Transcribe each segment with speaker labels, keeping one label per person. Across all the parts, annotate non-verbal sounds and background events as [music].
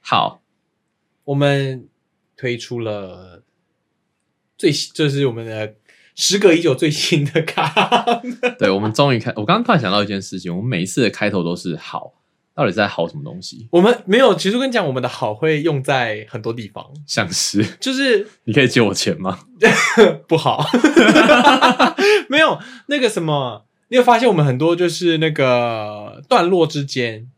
Speaker 1: 好，
Speaker 2: 我们推出了最新，就是我们的时隔已久最新的卡。 [laughs]
Speaker 1: 对，我们终于开。我刚刚突然想到一件事情，我们每一次的开头都是好，到底在好什么东西？
Speaker 2: 我们没有，其实我跟你讲，我们的好会用在很多地方，
Speaker 1: 像是
Speaker 2: 就是
Speaker 1: [laughs] 你可以借我钱吗？
Speaker 2: 不好， [laughs] 没有那个什么，你有发现我们很多就是那个段落之间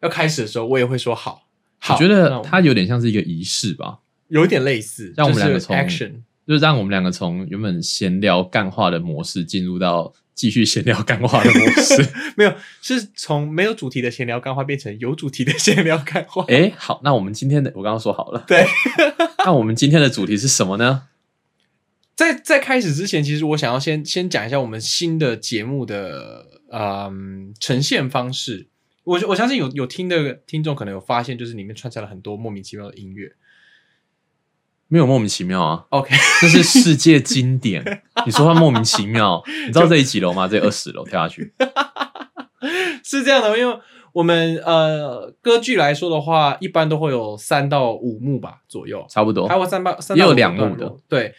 Speaker 2: 要开始的时候，我也会说好，好，
Speaker 1: 我觉
Speaker 2: 那
Speaker 1: 得
Speaker 2: 我
Speaker 1: 它有点像是一个仪式吧，
Speaker 2: 有一点类似，
Speaker 1: 让我们两个
Speaker 2: 就是
Speaker 1: 从
Speaker 2: action
Speaker 1: 就是让我们两个从原本闲聊干话的模式进入到继续闲聊干话的模式。
Speaker 2: [laughs] 没有，是从没有主题的闲聊干话变成有主题的闲聊干话。
Speaker 1: 诶，好，那我们今天的我刚刚说好了，
Speaker 2: 对，
Speaker 1: 那我们今天的主题是什么呢？
Speaker 2: 在在开始之前，其实我想要先先讲一下我们新的节目的嗯呈现方式。我我相信有有听的听众可能有发现，就是里面穿插了很多莫名其妙的音乐。
Speaker 1: 没有莫名其妙啊，
Speaker 2: OK， [laughs]
Speaker 1: 这是世界经典。你说它莫名其妙，你知道这里几楼吗？这里二十楼跳下去。
Speaker 2: 是这样的，因为我们呃歌剧来说的话，一般都会有三到五幕吧左右，
Speaker 1: 差不多
Speaker 2: 还。有三八三
Speaker 1: 哦也
Speaker 2: 到
Speaker 1: 有
Speaker 2: 五
Speaker 1: 两
Speaker 2: 段
Speaker 1: 幕的
Speaker 2: 落。对，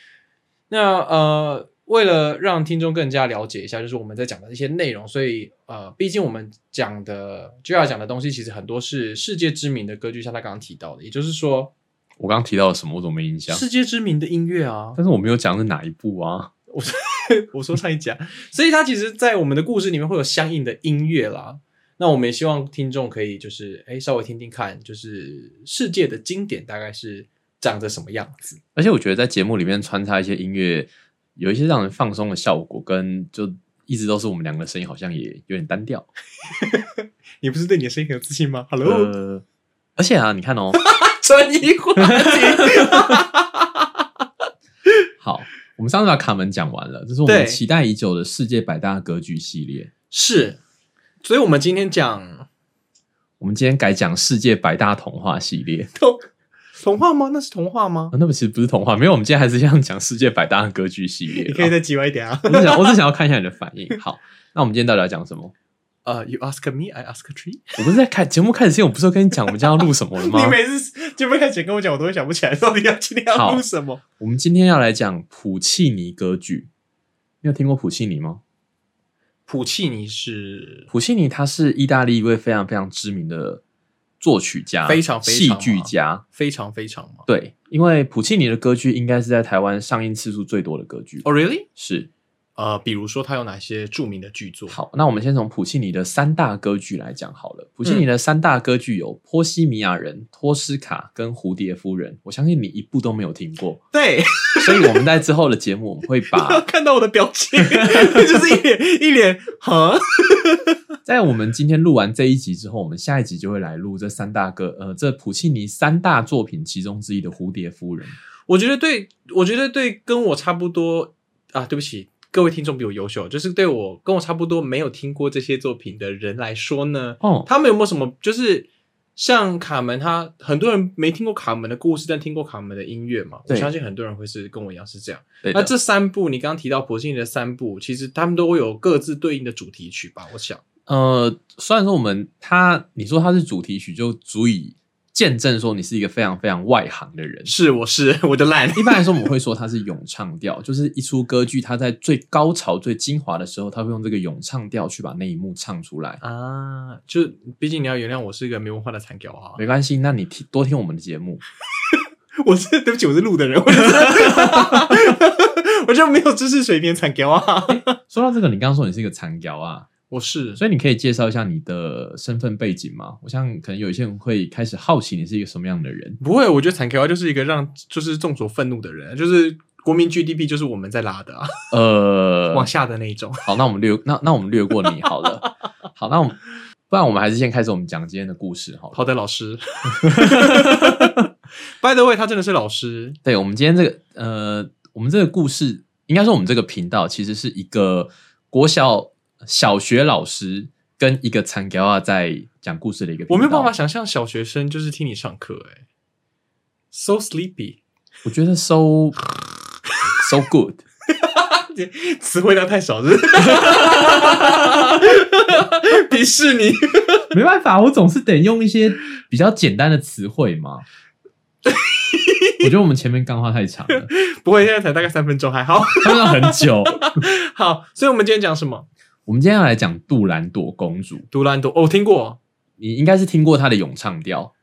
Speaker 2: 那呃，为了让听众更加了解一下，就是我们在讲的一些内容，所以呃，毕竟我们讲的就要讲的东西，其实很多是世界知名的歌剧，像他刚刚提到的，也就是说
Speaker 1: 我刚刚提到了什么？我怎么没印象？
Speaker 2: 世界知名的音乐啊。 [laughs]
Speaker 1: 但是我没有讲是哪一部啊。
Speaker 2: 我说上一集啊，所以它其实，在我们的故事里面会有相应的音乐啦。那我们也希望听众可以就是哎稍微听听看，就是世界的经典大概是长得什么样子。
Speaker 1: 而且我觉得在节目里面穿插一些音乐，有一些让人放松的效果，跟就一直都是我们两个声音好像也有点单调。
Speaker 2: 你不是对你的声音很有自信吗？Hello，、
Speaker 1: 呃，而且啊，你看哦，
Speaker 2: 穿衣话 [laughs] 题。
Speaker 1: 好，我们上次把卡门讲完了，这是我们
Speaker 2: 对
Speaker 1: 期待已久的世界百大歌剧系列。
Speaker 2: 是，所以我们今天讲
Speaker 1: 我们今天改讲世界百大童话系列。
Speaker 2: 童童话吗？那是童话吗
Speaker 1: 啊？那不其实不是童话，没有，我们今天还是一样讲世界百大歌剧系列啦。。
Speaker 2: 你可以再叽歪一点啊
Speaker 1: 我只想，我只想要看一下你的反应。好，那我们今天到底要讲什么？
Speaker 2: 呃、y o u ask me, I ask a tree。
Speaker 1: 我不是在开节目开始之前，我不是有跟你讲我们今天要录什么了
Speaker 2: [laughs]
Speaker 1: 吗？
Speaker 2: 次节目开始跟我讲，我都会想不起来到底要今天
Speaker 1: 好
Speaker 2: 什么。
Speaker 1: 我们今天要来讲普契尼歌剧。你有听过普契尼吗？
Speaker 2: 普契尼是
Speaker 1: 普契尼他是意大利一位非常非常知名的作曲家，
Speaker 2: 非常非
Speaker 1: 戏
Speaker 2: 常
Speaker 1: 剧
Speaker 2: 啊
Speaker 1: 家。
Speaker 2: 非常非常吗？
Speaker 1: 对，因为普契尼的歌剧应该是在台湾上映次数最多的歌剧。
Speaker 2: 哦、r e a l l y
Speaker 1: 是
Speaker 2: 呃，比如说他有哪些著名的剧作？
Speaker 1: 好，那我们先从普契尼的三大歌剧来讲好了。普契尼的三大歌剧有《波西米亚人》《托斯卡》跟《蝴蝶夫人》，我相信你一部都没有听过，
Speaker 2: 对，
Speaker 1: 所以我们在之后的节目我们会把
Speaker 2: [laughs] 看到我的表情， [laughs] 就是一脸一脸哈。
Speaker 1: 在我们今天录完这一集之后，我们下一集就会来录这三大歌呃这普契尼三大作品其中之一的《蝴蝶夫人》。
Speaker 2: 我觉得对，我觉得对，跟我差不多啊。对不起，各位听众比我优秀，就是对我跟我差不多没有听过这些作品的人来说呢，
Speaker 1: 哦，
Speaker 2: 他们有没有什么就是像卡门他，很多人没听过卡门的故事，但听过卡门的音乐嘛？我
Speaker 1: 对
Speaker 2: 相信很多人会是跟我一样是这样。
Speaker 1: 对的
Speaker 2: 那这三部，你刚刚提到柏金的三部，其实他们都会有各自对应的主题曲吧？我想，
Speaker 1: 呃，虽然说我们它你说它是主题曲，就足以见证说你是一个非常非常外行的人。
Speaker 2: 是我是我的烂，
Speaker 1: 一般来说，我们会说它是咏唱调， [laughs] 就是一出歌剧，它在最高潮、最精华的时候，它会用这个咏唱调去把那一幕唱出来。
Speaker 2: 啊，就毕竟你要原谅我是一个没文化的残屌啊！
Speaker 1: 没关系，那你听多听我们的节目，
Speaker 2: [laughs] 我是对不起，我是路的人， [laughs] 我就是我就没有知识水平惨屌啊！
Speaker 1: 说到这个，你刚刚说你是一个残谣啊，
Speaker 2: 我是
Speaker 1: 所以你可以介绍一下你的身份背景吗？我想可能有一些人会开始好奇你是一个什么样的人。
Speaker 2: 不会，我觉得惨屌就是一个让就是众所愤怒的人，就是国民 GDP 就是我们在拉的、啊，
Speaker 1: 呃，
Speaker 2: 往下的那一种。
Speaker 1: 好，那我们略那那我们略过你好
Speaker 2: [laughs]
Speaker 1: 了。好，那我们不然我们还是先开始我们讲今天的故事好了。
Speaker 2: 好的，老 [laughs] 师。By the way，他真的是老师，
Speaker 1: 对，我们今天这个呃，我们这个故事，应该说我们这个频道其实是一个国小小学老师跟一个残雕啊在讲故事的一个频道。
Speaker 2: 我没有办法，想象小学生就是听你上课、欸，哎，so sleepy，
Speaker 1: 我觉得 so so good。
Speaker 2: 词汇量太少，是 [laughs] 不是鄙视你。 [laughs]
Speaker 1: 没办法，我总是得用一些比较简单的词汇嘛。我觉得我们前面干话太长
Speaker 2: [laughs]
Speaker 1: 了，
Speaker 2: 不过现在才大概三分钟，还好。
Speaker 1: 看了很久。
Speaker 2: 好，所以我们今天讲什么？
Speaker 1: 我们今天要来讲杜兰朵公主，
Speaker 2: 杜兰朵，哦，我听过
Speaker 1: 你应该是听过她的咏唱调，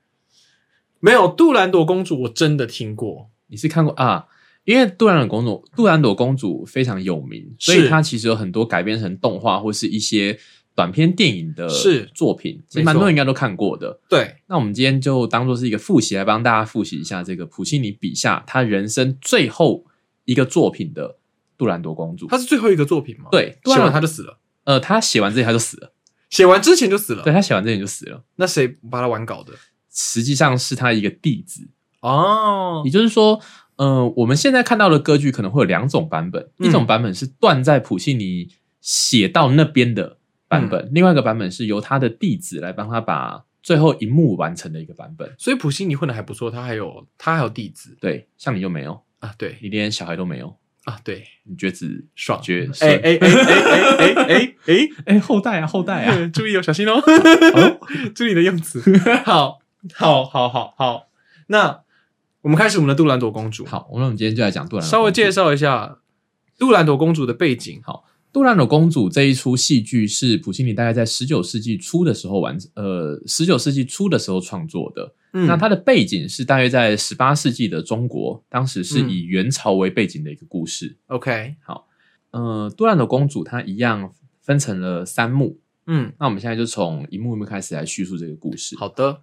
Speaker 2: 没有？杜兰朵公主我真的听过，
Speaker 1: 你是看过啊？因为杜兰朵公主，杜兰朵公主非常有名，所以
Speaker 2: 是
Speaker 1: 她其实有很多改编成动画或是一些短片电影的
Speaker 2: 是
Speaker 1: 作品，其
Speaker 2: 没
Speaker 1: 实
Speaker 2: 错
Speaker 1: 蛮多人应该都看过的。
Speaker 2: 对，
Speaker 1: 那我们今天就当做是一个复习，来帮大家复习一下这个普契尼笔下他人生最后一个作品的《杜兰朵公主》。
Speaker 2: 它是最后一个作品嘛？，
Speaker 1: 对，杜
Speaker 2: 写
Speaker 1: 兰
Speaker 2: 完
Speaker 1: 朵
Speaker 2: 他就死了，
Speaker 1: 呃，他写完这里他就死了，
Speaker 2: 写完之前就死了。
Speaker 1: 对他写完这里就死了。
Speaker 2: 那谁把他玩搞的？
Speaker 1: 实际上是他一个弟子，
Speaker 2: 哦
Speaker 1: 也，就是说，呃，我们现在看到的歌剧可能会有两种版本，
Speaker 2: 嗯
Speaker 1: 一种版本是断在普契尼写到那边的版本，
Speaker 2: 嗯
Speaker 1: 另外一个版本是由他的弟子来帮他把最后一幕完成的一个版本。
Speaker 2: 所以普西尼混的还不错，他还有他还有弟子
Speaker 1: 对，像你就没有，
Speaker 2: 啊，对
Speaker 1: 你连小孩都没有，
Speaker 2: 啊，对，
Speaker 1: 你绝子
Speaker 2: 爽。
Speaker 1: 绝孙
Speaker 2: 哎哎哎哎哎哎哎
Speaker 1: [laughs] 哎后代啊后代啊，
Speaker 2: 哎，注意哦，小心
Speaker 1: [laughs]
Speaker 2: 哦，
Speaker 1: 哦
Speaker 2: 注意你的用
Speaker 1: [laughs]
Speaker 2: 词。好，好，好，好，好。那我们开始我们的杜兰朵公主。
Speaker 1: 好，我们我们今天就来讲杜兰朵
Speaker 2: 稍微
Speaker 1: 公主
Speaker 2: 介绍一下杜兰朵公主的背景。
Speaker 1: 杜兰朵公主这一出戏剧是普契尼大概在十九世纪初的时候完，呃，十九世纪初的时候创作的。
Speaker 2: 嗯
Speaker 1: 那它的背景是大约在十八世纪的中国，当时是
Speaker 2: 嗯
Speaker 1: 以元朝为背景的一个故事。
Speaker 2: OK，
Speaker 1: 呃，杜兰朵公主她一样分成了三幕，
Speaker 2: 嗯，
Speaker 1: 那我们现在就从一幕一幕开始来叙述这个故事。
Speaker 2: 好的，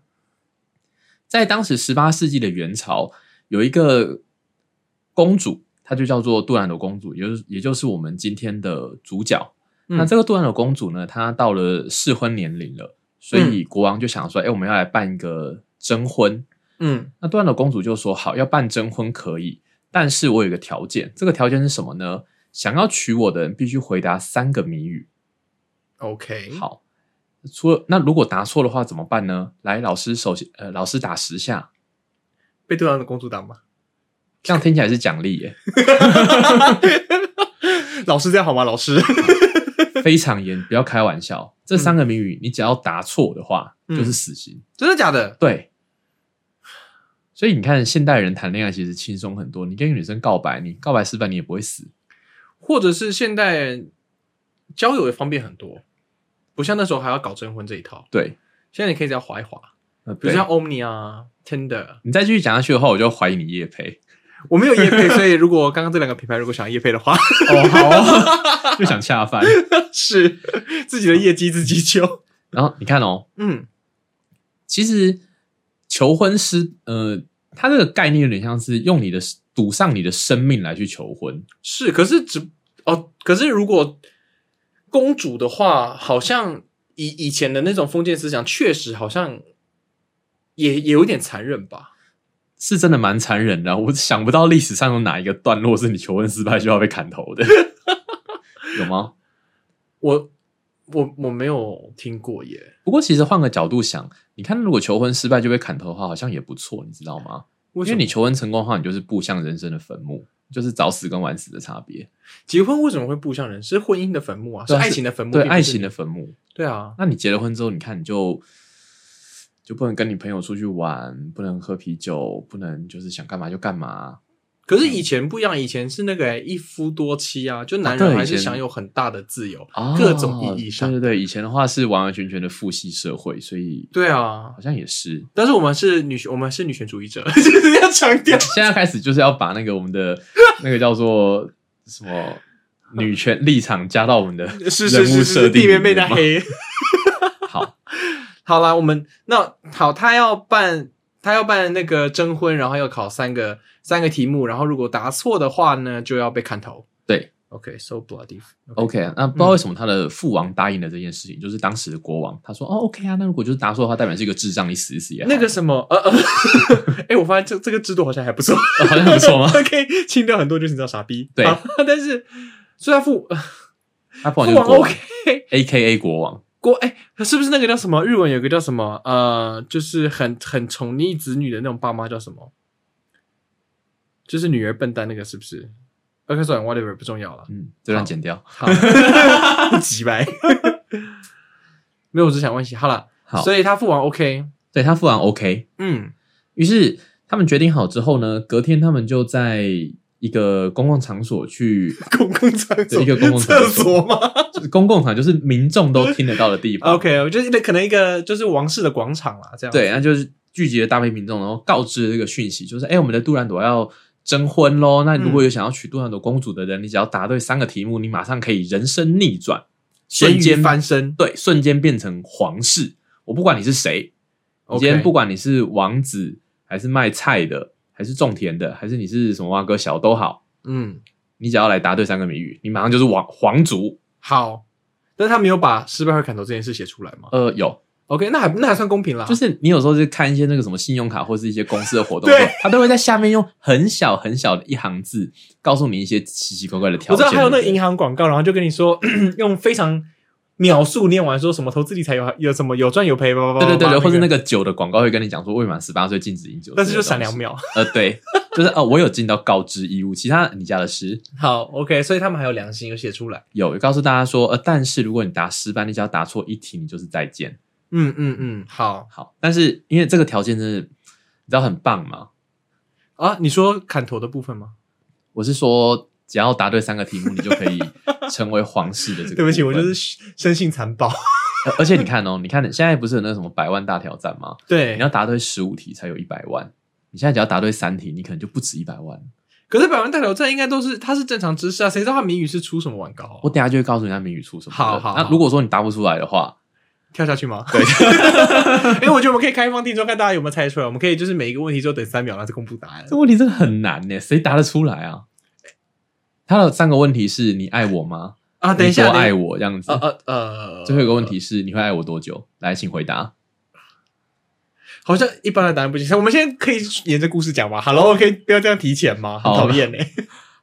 Speaker 1: 在当时十八世纪的元朝，有一个公主，她就叫做杜兰朵公主，也就是也就是我们今天的主角。
Speaker 2: 嗯
Speaker 1: 那这个杜兰朵公主呢，她到了适婚年龄了，所以国王就想说：“哎、我们要来办一个征婚。
Speaker 2: 嗯”
Speaker 1: 那杜兰朵公主就说：“好，要办征婚可以，但是我有一个条件，这个条件是什么呢？想要娶我的人必须回答三个谜语。
Speaker 2: ，OK，，
Speaker 1: 好，除了那如果答错的话怎么办呢？来，老师首先呃，老师打十下。
Speaker 2: 被杜兰朵公主打吗？
Speaker 1: 这样听起来是奖励耶，
Speaker 2: [laughs] 老师这样好吗？老师，
Speaker 1: 非常严，不要开玩笑。这三个谜语，你只要答错的话，
Speaker 2: 嗯
Speaker 1: 就是死刑。
Speaker 2: [laughs] 真的假的？
Speaker 1: 对，所以你看，现代人谈恋爱其实轻松很多。你跟女生告白，你告白失败，你也不会死。
Speaker 2: 或者是现代人交友也方便很多，不像那时候还要搞征婚这一套。
Speaker 1: 对，
Speaker 2: 现在你可以只要划一划，
Speaker 1: 呃，
Speaker 2: 比如
Speaker 1: 对。
Speaker 2: 像 Omni 啊、Tinder，
Speaker 1: 你再继续讲下去的话，我就怀疑你叶培。
Speaker 2: 我没有夜配，所以如果刚刚这两个品牌如果想要夜配的话， [laughs]
Speaker 1: 哦，好啊，就想恰饭。
Speaker 2: 是自己的业绩自己求。
Speaker 1: 然后你看哦，
Speaker 2: 嗯
Speaker 1: 其实求婚是呃，它这个概念有点像是用你的赌上你的生命来去求婚。
Speaker 2: 是，可是只哦，可是如果公主的话，好像以以前的那种封建思想，确实好像也也有点残忍吧。
Speaker 1: 是真的蛮残忍的啊、我想不到历史上有哪一个段落是你求婚失败就要被砍 [laughs] 头的，有吗？
Speaker 2: 我我我没有听过耶，
Speaker 1: 不过其实换个角度想，你看如果求婚失败就被砍头的话，好像也不错，你知道吗？
Speaker 2: 为
Speaker 1: 因
Speaker 2: 什
Speaker 1: 为
Speaker 2: 么
Speaker 1: 你求婚成功的话，你就是步向人生的坟墓，就是早死跟晚死的差别，
Speaker 2: 结婚为什么会步向人？是婚姻的坟墓啊，是
Speaker 1: 对啊
Speaker 2: 爱情的坟墓，
Speaker 1: 对
Speaker 2: 并不是
Speaker 1: 爱情的
Speaker 2: 你
Speaker 1: 坟墓。
Speaker 2: 对啊，
Speaker 1: 那你结了婚之后，你看你就就不能跟你朋友出去玩，不能喝啤酒，不能就是想干嘛就干嘛。
Speaker 2: 可是以前不一样，以前是那个欸一夫多妻啊，就
Speaker 1: 嗯啊
Speaker 2: 男人
Speaker 1: 对
Speaker 2: 还
Speaker 1: 以
Speaker 2: 是
Speaker 1: 前
Speaker 2: 享有很大的自由，
Speaker 1: 哦
Speaker 2: 各种意义上
Speaker 1: 对对对，以前的话是完完全全的父系社会，所以
Speaker 2: 对啊
Speaker 1: 好，像也是。
Speaker 2: 但是我们是女，我们是女权主义者， [laughs] 就是要强调
Speaker 1: 现在开始就是要把那个我们
Speaker 2: [laughs]
Speaker 1: 的那个叫做什么女权立场加到我们的人物
Speaker 2: 是是是
Speaker 1: 设
Speaker 2: 是，
Speaker 1: 定
Speaker 2: 避
Speaker 1: 里
Speaker 2: 免被
Speaker 1: 面
Speaker 2: 他
Speaker 1: 嘛。
Speaker 2: 黑。
Speaker 1: [laughs] 好，
Speaker 2: 好啦，我们那好，他要办他要办那个征婚，然后要考三个三个题目，然后如果答错的话呢，就要被砍头。
Speaker 1: 对
Speaker 2: ，OK，so、bloody。
Speaker 1: ，OK，那不
Speaker 2: 嗯
Speaker 1: 知道为什么他的父王答应了这件事情，就是当时的国王，他说哦 OK 啊，那如果就是答错的话，代表是一个智障，你死一死也好
Speaker 2: 那个什么，呃呃， [laughs] 哎、我发现这这个制度好像还不错，
Speaker 1: 呃 [laughs] 好像不错吗？
Speaker 2: [laughs] 可以清掉很多就是你知道傻逼。
Speaker 1: 对
Speaker 2: 好但是虽然父呃
Speaker 1: 他父王就
Speaker 2: 父
Speaker 1: 是
Speaker 2: 王
Speaker 1: 国
Speaker 2: OK
Speaker 1: 王。A K A 国王，
Speaker 2: 国哎、是不是那个叫什么？日文有个叫什么？呃，就是很很宠溺子女的那种爸妈叫什么？就是女儿笨蛋那个是不是？OK，算了 whatever 不重要了。
Speaker 1: 嗯，这段剪掉。 [laughs]
Speaker 2: 好，急白。没有，我只想问一下，好了，
Speaker 1: 好，
Speaker 2: 所以他父王 OK，
Speaker 1: 对他付完 OK， [laughs]
Speaker 2: 嗯
Speaker 1: 于是他们决定好之后呢，隔天他们就在一个公共场所
Speaker 2: [laughs]
Speaker 1: 去，
Speaker 2: 公共厕所，
Speaker 1: 对一个公共
Speaker 2: 厕
Speaker 1: 厕所
Speaker 2: 所吗
Speaker 1: 就是公共场就是民众都听得到的地方。
Speaker 2: [laughs] ？OK，我就是可能一个就是王室的广场啦，这样
Speaker 1: 对，那就是聚集了大批民众，然后告知了这个讯息，就是哎、我们的杜兰朵要征婚喽。那如果有想要娶杜兰朵公主的人，你只要答对三个题目，你马上可以人生逆转，
Speaker 2: 咸
Speaker 1: 瞬
Speaker 2: 鱼
Speaker 1: 间
Speaker 2: 翻身。
Speaker 1: 对，瞬间变成皇室。我不管你是谁，你
Speaker 2: OK
Speaker 1: 今天不管你是王子还是卖菜的，还是种田的，还是你是什么蛙哥小都好，
Speaker 2: 嗯，
Speaker 1: 你只要来答对三个谜语，你马上就是王皇族。
Speaker 2: 好，但是他没有把失败和砍头这件事写出来嘛
Speaker 1: 呃，有，
Speaker 2: ？OK，那还那还算公平啦。
Speaker 1: 就是你有时候是看一些那个什么信用卡或是一些公司的活动，
Speaker 2: 对
Speaker 1: 他都会在下面用很小很小的一行字告诉你一些奇奇怪怪的条
Speaker 2: 我知
Speaker 1: 件。
Speaker 2: 道还有那个
Speaker 1: 对不对
Speaker 2: 银行广告，然后就跟你说 [clears throat] 用非常秒速念完说什么投资理财有有什么有赚有赔，叭叭叭叭叭，
Speaker 1: 对对对对，或是那
Speaker 2: 个，
Speaker 1: 个酒的广告会跟你讲说未满十八岁禁止饮酒，
Speaker 2: 但是就闪两。秒。
Speaker 1: 呃，对，就是呃，我有尽到告知义务，其他你家的事
Speaker 2: 好，OK，所以他们还有良心，有写出来。
Speaker 1: 有有告诉大家说，呃，但是如果你答失败，你只要答错一题，你就是再见。
Speaker 2: 嗯嗯嗯，好
Speaker 1: 好，但是因为这个条件真的，你知道很棒吗？
Speaker 2: 啊。你说砍头的部分吗？
Speaker 1: 我是说，只要答对三个题目，你就可以成为皇室的这个部分。
Speaker 2: [laughs] 对不起，我就是生性残暴。
Speaker 1: 呃而且你看哦，你看现在不是有那个什么百万大挑战吗？
Speaker 2: [laughs] 对
Speaker 1: 你，要答对十五题才有一百万，你现在只要答对三题，你可能就不止一百万。
Speaker 2: 可是百万大挑战应该都是它是正常知识啊，谁知道它谜语是出什么玩搞、
Speaker 1: 我
Speaker 2: 啊？
Speaker 1: 等一下就会告诉人家谜语出什么的。
Speaker 2: 好好好
Speaker 1: 那如果说你答不出来的话，
Speaker 2: [laughs] 跳下去吗？
Speaker 1: 对，
Speaker 2: [laughs] 因为我觉得我们可以开放听众，看大家有没有猜出来。我们可以就是每一个问题之后等三秒，然后再公布答案
Speaker 1: 这。问题真的很难呢，谁答得出来啊？他的三个问题是你爱我吗？
Speaker 2: 啊，等一
Speaker 1: 你
Speaker 2: 下，
Speaker 1: 多
Speaker 2: 等一
Speaker 1: 爱
Speaker 2: 下
Speaker 1: 我这样子。
Speaker 2: 呃呃呃，
Speaker 1: 最后一个问题是你会爱我多久？来，请回答。
Speaker 2: 好像一般的答案不行。我们现在可以沿着故事讲吧。Hello，可以不要这样提前吗？很
Speaker 1: 好
Speaker 2: 讨厌呢。欸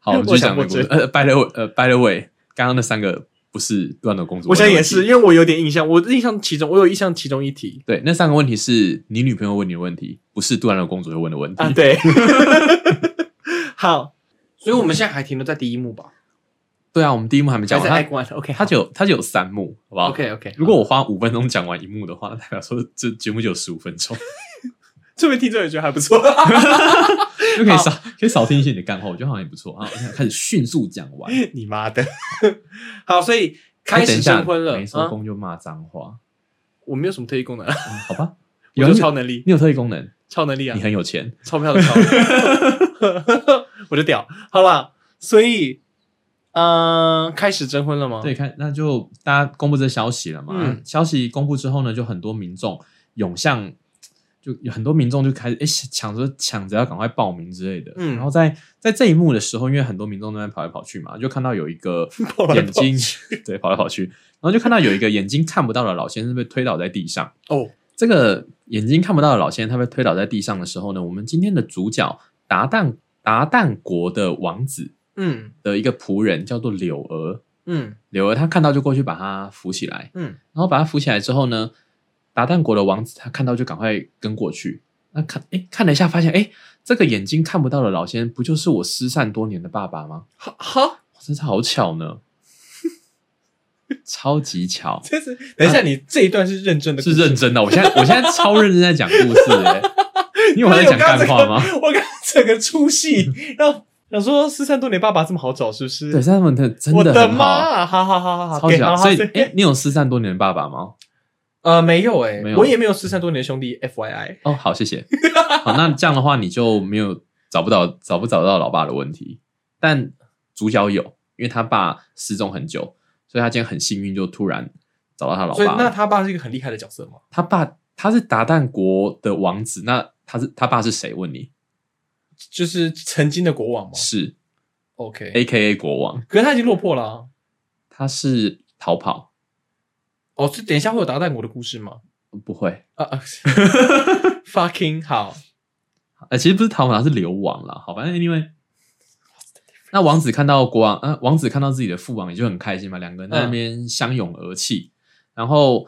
Speaker 1: 好，我们就讲
Speaker 2: 我
Speaker 1: 美
Speaker 2: 想
Speaker 1: 国
Speaker 2: 过
Speaker 1: 的。呃，by the way，呃，by the way，刚刚那三个不是杜兰朵公主，
Speaker 2: [laughs] 我想也
Speaker 1: 问
Speaker 2: 是，
Speaker 1: 题。
Speaker 2: 因为我有点印象，我印象其中我有印象其中一题
Speaker 1: 对，那三个问题是你女朋友问你的问题，不是杜兰朵公主会问的问题。
Speaker 2: 啊， [laughs] 对。好，所以我们现在还停留在第一幕吧？
Speaker 1: 对啊，我们第一幕还没讲完，
Speaker 2: 还是
Speaker 1: 它
Speaker 2: Act One？OK，
Speaker 1: 它只有它只有三幕，好不好
Speaker 2: OK OK。
Speaker 1: 如果我花五分钟讲完一幕的话，那代表说这节目就有十五分
Speaker 2: [laughs]
Speaker 1: 钟，
Speaker 2: 这边听众也觉得还不错， [laughs]
Speaker 1: 就可以少可以少听一些你的干话，我觉得好像也不错啊。我现在开始迅速讲完，
Speaker 2: 你妈的！ [laughs] 好，所以开
Speaker 1: 哎等
Speaker 2: 始
Speaker 1: 一下
Speaker 2: 征婚了
Speaker 1: 没收
Speaker 2: 啊！
Speaker 1: 工就骂脏话，
Speaker 2: 我没有什么特异功能， [laughs]
Speaker 1: 嗯好吧？
Speaker 2: 我
Speaker 1: 有
Speaker 2: 就
Speaker 1: 你
Speaker 2: 超能力，
Speaker 1: 你有特异功能，
Speaker 2: 超能力啊
Speaker 1: 你！很有钱，
Speaker 2: 钞票的钞， [laughs] 我就屌，好啦，所以，嗯、开始征婚了吗？
Speaker 1: 对，，看那就大家公布这消息了嘛。
Speaker 2: 嗯
Speaker 1: 消息公布之后呢，就很多民众涌向，就有很多民众就开始哎抢着抢着要赶快报名之类的。
Speaker 2: 嗯
Speaker 1: 然后在在这一幕的时候，因为很多民众都在跑来跑去嘛，就看到有一个
Speaker 2: [laughs] 跑来
Speaker 1: 眼
Speaker 2: 跑
Speaker 1: 睛对跑来跑去，然后就看到有一个眼睛看不到的老先生被推倒在地上。
Speaker 2: 哦，
Speaker 1: 这个眼睛看不到的老先生，他被推倒在地上的时候呢，我们今天的主角达旦达旦国的王子
Speaker 2: 嗯
Speaker 1: 的一个仆人叫做柳儿，
Speaker 2: 嗯
Speaker 1: 柳儿她看到就过去把她扶起来，
Speaker 2: 嗯，
Speaker 1: 然后把她扶起来之后呢，达旦国的王子他看到就赶快跟过去。那看，哎，看了一下，发现，哎，这个眼睛看不到的老先生，不就是我失散多年的爸爸吗？
Speaker 2: 好，好，
Speaker 1: 哇真是好巧呢，超级
Speaker 2: [laughs]
Speaker 1: 巧，
Speaker 2: 这是等一下，你这一段是认真的，
Speaker 1: 是认。真的。我现在我现在超认真在讲故事、欸，你有还在讲干话吗？
Speaker 2: 我刚整个出戏，然后想说失散多年爸爸这么好找是不是？
Speaker 1: 对，三文特真
Speaker 2: 我的
Speaker 1: 很
Speaker 2: 妈
Speaker 1: 好，
Speaker 2: 啊！好好好好好，
Speaker 1: 超
Speaker 2: 给
Speaker 1: 级
Speaker 2: 好
Speaker 1: 好。
Speaker 2: 好
Speaker 1: 所以，
Speaker 2: 所以
Speaker 1: 哎、你有失散多年的爸爸吗？
Speaker 2: 呃，没有哎、
Speaker 1: 没有
Speaker 2: 我也没有失散多年的兄弟，F Y I。
Speaker 1: 哦，好，谢谢。好，那这样的话你就没有找不到找不找到老爸的问题，但主角有，因为他爸失踪很久，所以他今天很幸运就突然找到他老
Speaker 2: 所以
Speaker 1: 爸
Speaker 2: 那
Speaker 1: 了。
Speaker 2: 他爸是一个很厉害的角色吗？
Speaker 1: 他爸他是达旦国的王子，那他是他爸是谁？问你
Speaker 2: 就是曾经的国王吗
Speaker 1: 是
Speaker 2: OK，
Speaker 1: A K A 国王，
Speaker 2: 可是他已经落魄了、啊。
Speaker 1: 他是逃跑
Speaker 2: 哦，是等一下会有达旦国的故事吗？
Speaker 1: 不会。
Speaker 2: 啊啊，fucking 好，
Speaker 1: 呃，其实不是逃亡啦，是流亡啦。好，反正 anyway，那王子看到国王，呃，王子看到自己的父王也就很开心嘛，两个人在
Speaker 2: 嗯
Speaker 1: 那边相拥而泣，然后，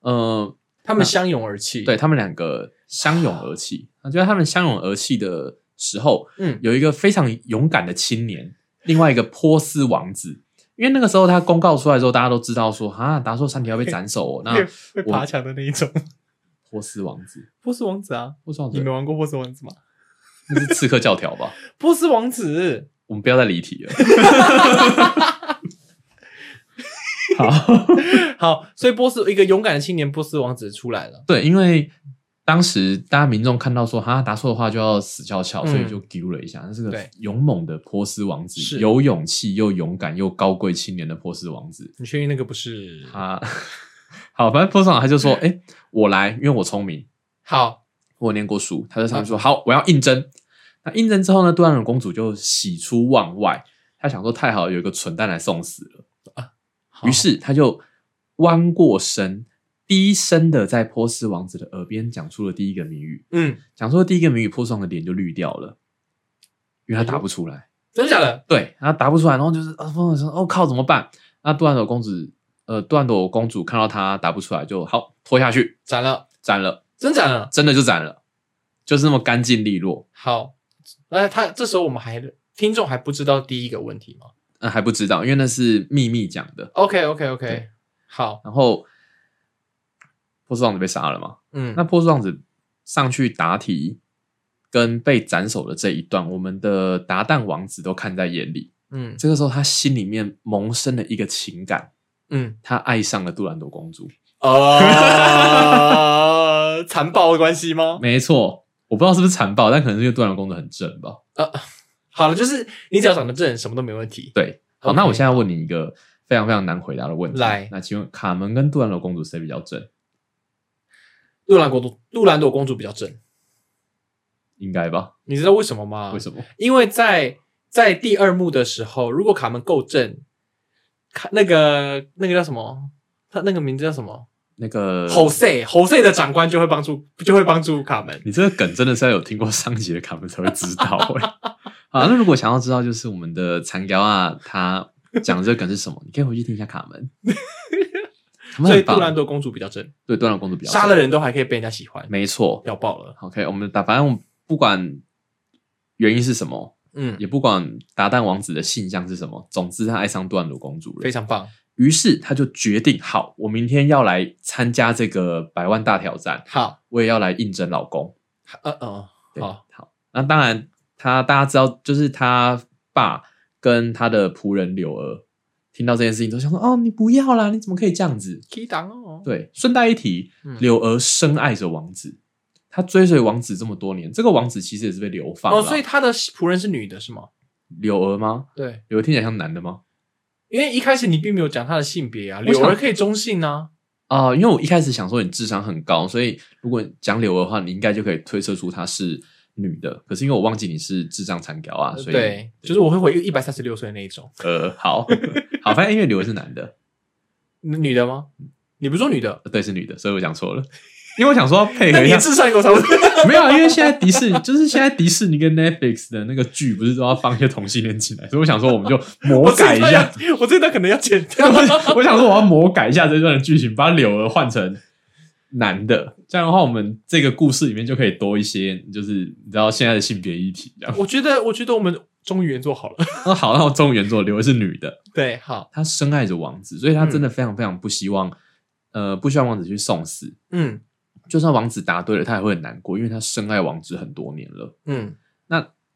Speaker 1: 呃，
Speaker 2: 他们相拥而泣。 [laughs]
Speaker 1: 对，他们两个相拥而泣。那就在他们相拥而泣的时候，
Speaker 2: 嗯，
Speaker 1: 有一个非常勇敢的青年，另外一个波斯王子。因为那个时候他
Speaker 2: [laughs]
Speaker 1: 公告出来之后，大家都知道说啊，达硕三体要被斩首、哦，那
Speaker 2: 会
Speaker 1: 我
Speaker 2: 爬墙的那一种。
Speaker 1: 波斯王子，
Speaker 2: 波斯王子啊，
Speaker 1: 波斯王
Speaker 2: 你
Speaker 1: 子
Speaker 2: 没玩过波斯王子吗？
Speaker 1: 那是刺客教条吧？
Speaker 2: 波斯王子，
Speaker 1: 我们不要再离题了。好，
Speaker 2: 好，所以波斯一个勇敢的青年波斯王子出来了。
Speaker 1: 对，因为当时大家民众看到说哈答错的话就要死翘翘，
Speaker 2: 嗯
Speaker 1: 所以就丢了一下。那是个
Speaker 2: 对
Speaker 1: 勇猛的波斯王子，
Speaker 2: 是
Speaker 1: 有勇气又勇敢又高贵青年的波斯王子。
Speaker 2: 你确定那个不是？
Speaker 1: 他好，反正波斯王他就说：“哎、我来，因为我聪明，
Speaker 2: 好，
Speaker 1: 我有念过书。”他在上面
Speaker 2: 嗯
Speaker 1: 说：“好，我要应征。”那应征之后呢，杜兰尔公主就喜出望外，她想说：“太好了，有一个蠢蛋来送死了。”
Speaker 2: 好
Speaker 1: 于是他就弯过身，低声的在波斯王子的耳边讲出了第一个谜语。
Speaker 2: 嗯，
Speaker 1: 讲出了第一个谜语，波斯王的脸就绿掉了，因为他答不出来。
Speaker 2: 真的假的？
Speaker 1: 对，他答不出来，然后就是啊，波斯王说：“哦靠，怎么办？”那杜兰朵公子，呃，杜兰朵公主看到他答不出来，就好拖下去，
Speaker 2: 斩了，
Speaker 1: 斩了，
Speaker 2: 真斩了。
Speaker 1: 真的就斩了，就是那么干净利落。
Speaker 2: 好，那他这时候我们还听众还不知道第一个问题吗
Speaker 1: 嗯，还不知道，因为那是秘密讲的。
Speaker 2: ？OK OK OK，
Speaker 1: 对
Speaker 2: 好，
Speaker 1: 然后波斯王子被杀了嘛？
Speaker 2: 嗯，
Speaker 1: 那波斯王子上去答题，跟被斩首的这一段，我们的达旦王子都看在眼里。
Speaker 2: 嗯
Speaker 1: 这个时候，他心里面萌生了一个情感，
Speaker 2: 嗯
Speaker 1: 他爱上了杜兰朵公主。
Speaker 2: 哦， [laughs] 残暴的关系吗？
Speaker 1: 没错，我不知道是不是残暴，但可能是因为杜兰朵公主很正吧。
Speaker 2: 好了，就是你只要长得正，什么都没问题。
Speaker 1: 对，好
Speaker 2: OK
Speaker 1: 那我现在问你一个非常非常难回答的问题。
Speaker 2: 来
Speaker 1: 那请问卡门跟杜兰朵公主谁比较正？
Speaker 2: 杜兰国主，杜兰朵公主比较正，
Speaker 1: 应该吧？
Speaker 2: 你知道为什么吗？
Speaker 1: 为什么？
Speaker 2: 因为在在第二幕的时候，如果卡门够正，卡那个那个叫什么？他那个名字叫什么
Speaker 1: 那个
Speaker 2: ？Jose Jose 的长官就会帮助就会帮助卡门。
Speaker 1: 你这个梗真的是要有听过上集的卡门才会知道、欸。好，那如果想要知道，就是我们的残雕啊，他讲的这个梗是什么？你可以回去听一下卡 [laughs] 门。卡门
Speaker 2: 所以
Speaker 1: 很
Speaker 2: 杜兰
Speaker 1: 棒，
Speaker 2: 朵公主比较正，
Speaker 1: 对杜兰朵公主比较正
Speaker 2: 杀了，人都还可以被人家喜欢，
Speaker 1: 没错。
Speaker 2: 屌爆了。
Speaker 1: OK，我们打，反正我们不管原因是什么，
Speaker 2: 嗯，
Speaker 1: 也不管达旦王子的性向是什么，总之他爱上段鲁公主
Speaker 2: 非
Speaker 1: 了。
Speaker 2: 常棒。
Speaker 1: 于是他就决定，好，我明天要来参加这个百万大挑战，
Speaker 2: 好，
Speaker 1: 我也要来应征老公。
Speaker 2: 呃呃，
Speaker 1: 对
Speaker 2: 好，
Speaker 1: 好，那当然他大家知道，就是他爸跟他的仆人柳儿听到这件事情都想说，哦，你不要啦，你怎么可以这样子？
Speaker 2: K 档哦。
Speaker 1: 对，顺带一提，
Speaker 2: 嗯
Speaker 1: 柳儿深爱着王子，她追随王子这么多年，这个王子其实也是被流放
Speaker 2: 哦，
Speaker 1: 啦
Speaker 2: 所以他的仆人是女的是吗？
Speaker 1: 柳儿吗？
Speaker 2: 对，
Speaker 1: 柳儿听起来像男的吗？
Speaker 2: 因为一开始你并没有讲他的性别啊，
Speaker 1: 我
Speaker 2: 柳
Speaker 1: 想
Speaker 2: 儿可以中性啊。
Speaker 1: 啊、因为我一开始想说你智商很高，所以如果讲柳儿的话，你应该就可以推测出她是女的。可是因为我忘记你是智障残条啊，所以
Speaker 2: 对，就是我会回一百三十六岁那一种。
Speaker 1: 呃， [laughs] 好好，反正因为柳儿是男的，呃
Speaker 2: 女的吗？你不是说女的？
Speaker 1: 对，是女的，所以我讲错了。 [laughs] 因为我想说要配
Speaker 2: 那
Speaker 1: 哎合一
Speaker 2: 你
Speaker 1: 下，
Speaker 2: 智商有差不多。
Speaker 1: 没有啊，因为现在迪士尼就是现在迪士尼跟 Netflix 的那个剧不是都要放一些同性恋进来，所以我想说我们就魔改一下。
Speaker 2: 我这段，我这段可能要剪 [laughs] 掉。
Speaker 1: 我想说我要魔改一下这段的剧情，把柳儿换成男的，这样的话我们这个故事里面就可以多一些，就是你知道现在的性别议题这样。
Speaker 2: 我觉得，我觉得我们中原做好了。 [laughs]
Speaker 1: 那好，那我中原作柳儿是女的，
Speaker 2: 对，好，
Speaker 1: 她深爱着王子，所以她真的非常非常不希望，呃，不希望王子去送死。
Speaker 2: 嗯
Speaker 1: 就算王子答对了，他也会很难过，因为他深爱王子很多年了。
Speaker 2: 嗯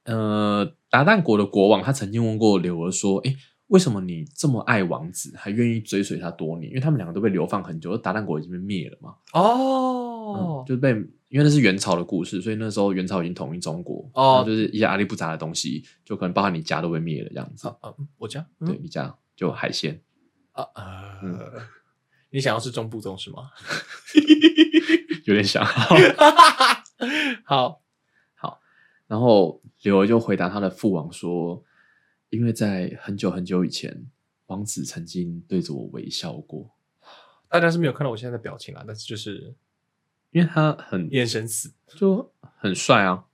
Speaker 1: 呃，达旦国的国王他曾经问过柳儿说：“诶，为什么你这么爱王子，还愿意追随他多年？因为他们两个都被流放很久，而达旦国已经被灭了嘛，
Speaker 2: 哦
Speaker 1: 嗯，就被因为那是元朝的故事，所以那时候元朝已经统一中国，
Speaker 2: 哦
Speaker 1: 然后就是一些阿里不杂的东西，就可能包含你家都被灭了这样子。
Speaker 2: 啊啊，我家
Speaker 1: 对你家就海鲜，
Speaker 2: 啊呃，
Speaker 1: 嗯
Speaker 2: 你想要是中部粽是 [laughs] 吗？
Speaker 1: 有点
Speaker 2: [laughs]
Speaker 1: 想。
Speaker 2: 好，
Speaker 1: 然后柳儿就回答他的父王说：“因为在很久很久以前，王子曾经对着我微笑过，
Speaker 2: 大家是没有看到我现在的表情啦，但是就是
Speaker 1: 因为他很
Speaker 2: 眼神死
Speaker 1: 就很帅啊。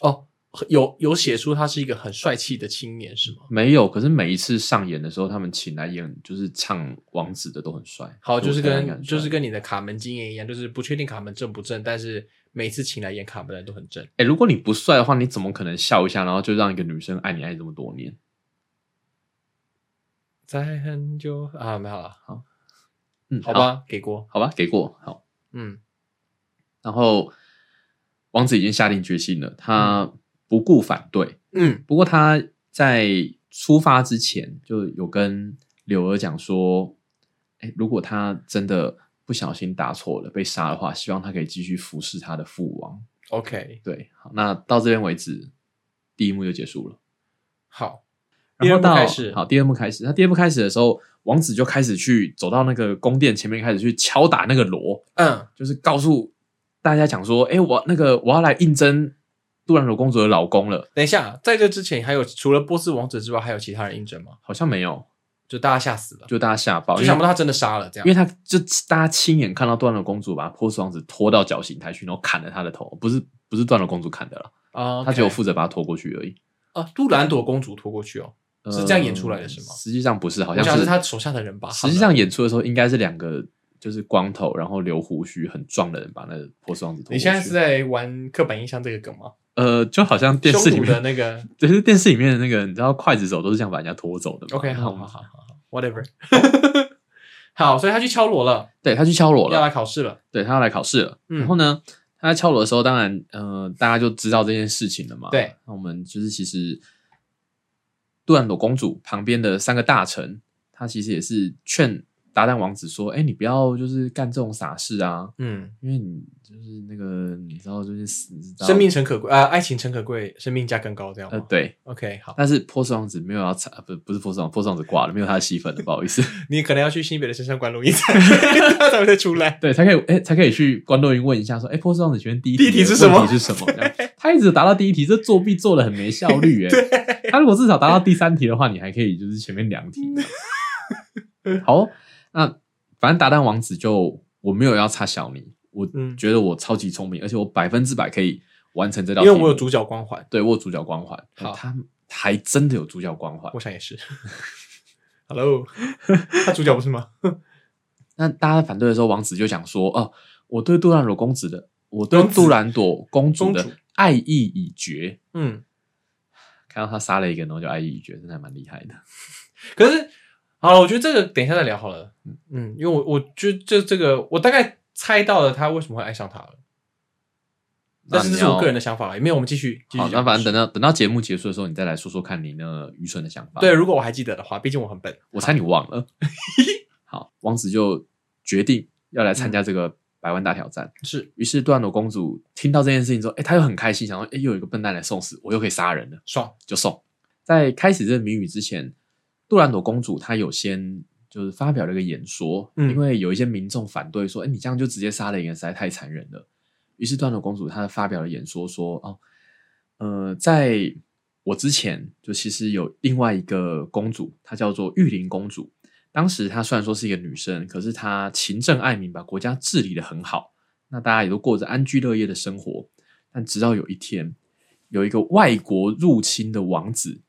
Speaker 2: 哦。有有写出他是一个很帅气的青年是吗？
Speaker 1: 没有，可是每一次上演的时候，他们请来演就是唱王子的都嗯很帅。
Speaker 2: 好，
Speaker 1: 所以
Speaker 2: 就
Speaker 1: 我
Speaker 2: 是
Speaker 1: 才敢
Speaker 2: 跟
Speaker 1: 敢
Speaker 2: 就是
Speaker 1: 帅
Speaker 2: 跟你的卡门经验一样，就是不确定卡门正不正，但是每次请来演卡门的人都很正。
Speaker 1: 哎、如果你不帅的话，你怎么可能笑一下，然后就让一个女生爱你爱这么多年？
Speaker 2: 在很久啊，没有了，
Speaker 1: 嗯，
Speaker 2: 好吧，给过，
Speaker 1: 好，好吧，给过好。
Speaker 2: 嗯，
Speaker 1: 然后王子已经下定决心了，他不顾反对。
Speaker 2: 嗯
Speaker 1: 不过他在出发之前就有跟柳儿讲说，哎，如果他真的不小心打错了被杀的话，希望他可以继续服侍他的父王。
Speaker 2: ，OK，
Speaker 1: 对，好，那到这边为止，第一幕就结束了。
Speaker 2: 好，
Speaker 1: 然后
Speaker 2: 第二幕
Speaker 1: 到
Speaker 2: 开始
Speaker 1: 好，第二幕开始，那第二幕开始的时候，王子就开始去走到那个宫殿前面，开始去敲打那个锣，
Speaker 2: 嗯
Speaker 1: 就是告诉大家讲说，哎，我那个我要来应征杜兰朵公主的老公了，
Speaker 2: 等一下，在这之前还有除了波斯王子之外，还有其他人应征吗？
Speaker 1: 好像没有，
Speaker 2: 就大家吓死了，
Speaker 1: 就大家吓爆，因
Speaker 2: 就
Speaker 1: 为
Speaker 2: 想不到他真的杀了这
Speaker 1: 因为
Speaker 2: 样。
Speaker 1: 他就大家亲眼看到断了公主把波斯王子拖到绞刑台去，然后砍了他的头，不是不是断了公主砍的了，
Speaker 2: 啊，
Speaker 1: 他只有负责把他拖过去而已。
Speaker 2: 啊，杜兰朵公主拖过去哦，
Speaker 1: 呃
Speaker 2: 是这样演出来的是吗
Speaker 1: 实际上不是，好
Speaker 2: 我
Speaker 1: 像
Speaker 2: 想
Speaker 1: 是
Speaker 2: 是他手下的人吧
Speaker 1: 实际上演出的时候应该是两个就是光头，然后留胡须很壮的人把那个波斯王子拖过去。
Speaker 2: 你现在是在玩刻板印象这个梗吗？
Speaker 1: 呃，就好像电视
Speaker 2: 匈
Speaker 1: 里
Speaker 2: 奴的
Speaker 1: 面，
Speaker 2: 那个
Speaker 1: 就是电视里面的那个，你知道刽子手都是这样把人家拖走的嘛。
Speaker 2: OK，
Speaker 1: 然
Speaker 2: 好
Speaker 1: 后
Speaker 2: 好好好好，whatever。好，所以他去敲锣了，
Speaker 1: 对他去敲锣
Speaker 2: 要
Speaker 1: 了，
Speaker 2: 来考试了。
Speaker 1: 对他要来考试了。
Speaker 2: 嗯
Speaker 1: 然后呢，他在敲锣的时候，当然，呃，大家就知道这件事情了嘛。
Speaker 2: 对，
Speaker 1: 那我们就是其实杜兰朵公主旁边的三个大臣，他其实也是劝达旦王子说：“哎，你不要就是干这种傻事啊，
Speaker 2: 嗯，
Speaker 1: 因为你就是那个你知道就是死，你知道
Speaker 2: 生命诚可贵，呃，爱情诚可贵，生命价更高，这样吗、
Speaker 1: 呃对。
Speaker 2: OK，好，
Speaker 1: 但是波斯王子没有要插，不不是波斯王，波斯王子挂了，没有他的戏份了，不好意思。
Speaker 2: 你可能要去新北的深山观录 [laughs] 音才他才会再出
Speaker 1: [laughs]
Speaker 2: 来。
Speaker 1: 对，才可以哎、才可以去关洛云问一下说，哎、波斯王子学院第一
Speaker 2: 第一题
Speaker 1: 题的
Speaker 2: 是什么
Speaker 1: 问题是什么？这
Speaker 2: [laughs]
Speaker 1: 样他一直答到第一题，这作弊做的很没效率哎、他如果至少答到第三题的话，你还可以就是前面两题。
Speaker 2: [laughs]
Speaker 1: 好，哦那反正达旦王子就我没有要插小你，我
Speaker 2: 嗯
Speaker 1: 觉得我超级聪明，而且我百分之百可以完成这道
Speaker 2: 因
Speaker 1: 题
Speaker 2: 为
Speaker 1: 目，
Speaker 2: 我有主角光环，
Speaker 1: 对我有主角光环，哎
Speaker 2: 好
Speaker 1: 他还真的有主角光环
Speaker 2: 我。想也是。Hello，他主角不是吗？
Speaker 1: 那大家反对的时候，王子就讲说：“哦，我对杜兰朵公子的，我对
Speaker 2: 公子
Speaker 1: 杜兰朵公主
Speaker 2: 公主
Speaker 1: 的爱意已决。
Speaker 2: 嗯，”
Speaker 1: 看到他杀了一个人，然后就爱意已决，真的还蛮厉害的。
Speaker 2: 可是好了，我觉得这个等一下再聊好了。嗯，因为我我觉得这这个我大概猜到了他为什么会爱上他了，但
Speaker 1: 那
Speaker 2: 是这
Speaker 1: 你
Speaker 2: 是
Speaker 1: 要
Speaker 2: 我个人的想法了，也没有我们继续继续
Speaker 1: 好，
Speaker 2: 讲
Speaker 1: 那反正等到等到节目结束的时候，你再来说说看你那愚蠢的想法。
Speaker 2: 对，，如果我还记得的话，毕竟我很笨。
Speaker 1: 我猜你忘
Speaker 2: [laughs]
Speaker 1: 了。好，王子就决定要来参加这个百万大挑战。
Speaker 2: 嗯是
Speaker 1: 于是杜兰朵公主听到这件事情之后，哎，她又很开心，想说：“哎，又有一个笨蛋来送死，我又可以杀人了。”
Speaker 2: [gasps] 爽，
Speaker 1: 就送。在开始这个谜语之前，杜兰朵公主她有先就是发表了一个演说，
Speaker 2: 嗯
Speaker 1: 因为有一些民众反对说：“哎、你这样就直接杀了一个人，实在太残忍了。”于是杜兰朵公主她发表了演说说：“哦，呃，在我之前就其实有另外一个公主，她叫做玉林公主。当时她虽然说是一个女生，可是她勤政爱民，把国家治理的很好。那大家也都过着安居乐业的生活。但直到有一天，有一个外国入侵的王子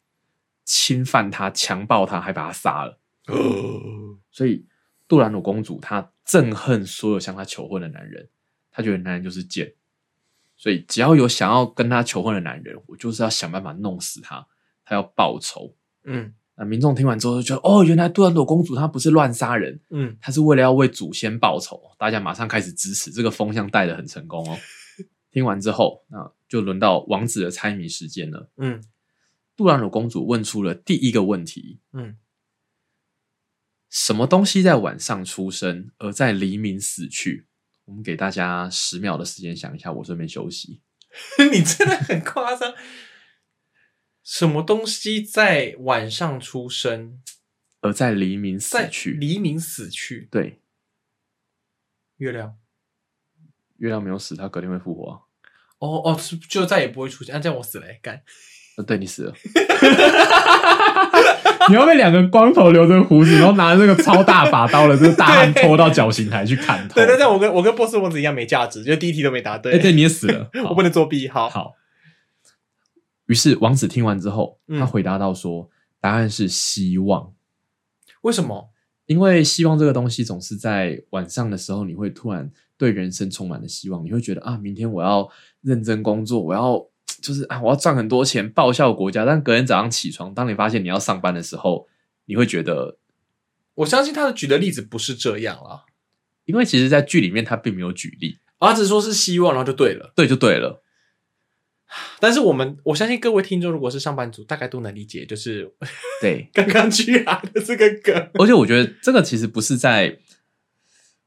Speaker 1: 侵犯她、强暴她，还把她杀了。
Speaker 2: 嗯
Speaker 1: 所以杜兰朵公主她憎恨所有向她求婚的男人，她觉得男人就是贱。所以只要有想要跟她求婚的男人，我就是要想办法弄死他，她要报仇。
Speaker 2: 嗯
Speaker 1: 那呃民众听完之后就觉得，哦，原来杜兰朵公主她不是乱杀人，
Speaker 2: 嗯，
Speaker 1: 他是为了要为祖先报仇，大家马上开始支持，这个风向带的很成
Speaker 2: [laughs]
Speaker 1: 功哦。听完之后，那就轮到王子的猜谜时间了。
Speaker 2: 嗯 [laughs]
Speaker 1: 杜兰朵公主问出了第一个问题：
Speaker 2: 嗯，
Speaker 1: 什么东西在晚上出生，而在黎明死去？我们给大家十秒的时间想一下，我顺便休息。
Speaker 2: 你真的很夸张。什么东西在晚上出生，
Speaker 1: 而在黎明死
Speaker 2: 在
Speaker 1: 去，
Speaker 2: 黎明死去？
Speaker 1: 对，
Speaker 2: 月亮。
Speaker 1: 月亮没有死，它隔天会复活啊、
Speaker 2: 哦哦，是就再也不会出现。啊、这样我死了、欸，干。
Speaker 1: 呃，对你死了。 [laughs] 你要被两个光头留着胡子，然后拿着那个超大把刀的这个大汉拖到绞刑台去砍头。
Speaker 2: 对对对，我跟我跟波斯王子一样没价值，就第一题都没答对。
Speaker 1: 哎，对，你也死了。
Speaker 2: [laughs] 我
Speaker 1: 好
Speaker 2: 不能作弊。好，
Speaker 1: 好。于是王子听完之后，
Speaker 2: 嗯
Speaker 1: 他回答到说：“答案是希望，
Speaker 2: 为什么？
Speaker 1: 因为希望这个东西总是在晚上的时候，你会突然对人生充满了希望，你会觉得啊，明天我要认真工作，我要就是啊，我要赚很多钱，报效国家。但隔天早上起床，当你发现你要上班的时候，你会觉得
Speaker 2: 我相信他的举的例子不是这样啦。
Speaker 1: 因为其实，在剧里面他并没有举例，
Speaker 2: 哦他只是说是希望，然后就对了。
Speaker 1: 对就对了。
Speaker 2: 但是我们我相信各位听众，如果是上班族，大概都能理解，就是
Speaker 1: 对，
Speaker 2: 刚刚去啊的这个 [laughs] 梗。
Speaker 1: 而且我觉得这个其实不是在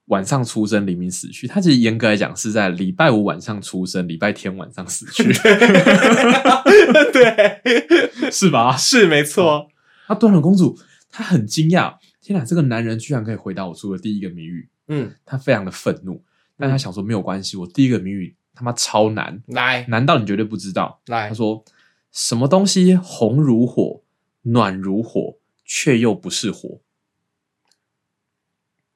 Speaker 1: 晚上出生、黎明死去，它其实严格来讲是在礼拜五晚上出生、礼拜天晚上死去， [laughs]
Speaker 2: 对，
Speaker 1: 是吧？
Speaker 2: [laughs] 是没错。
Speaker 1: 那端冷公主她很惊讶，天哪，这个男人居然可以回答我出的第一个谜语，
Speaker 2: 嗯，
Speaker 1: 她非常的愤怒，但她想说没有关系，我第一个谜语他妈超难，
Speaker 2: 来
Speaker 1: 难道你绝对不知道？
Speaker 2: 来
Speaker 1: 她，说什么东西红如火，暖如火，却又不是火，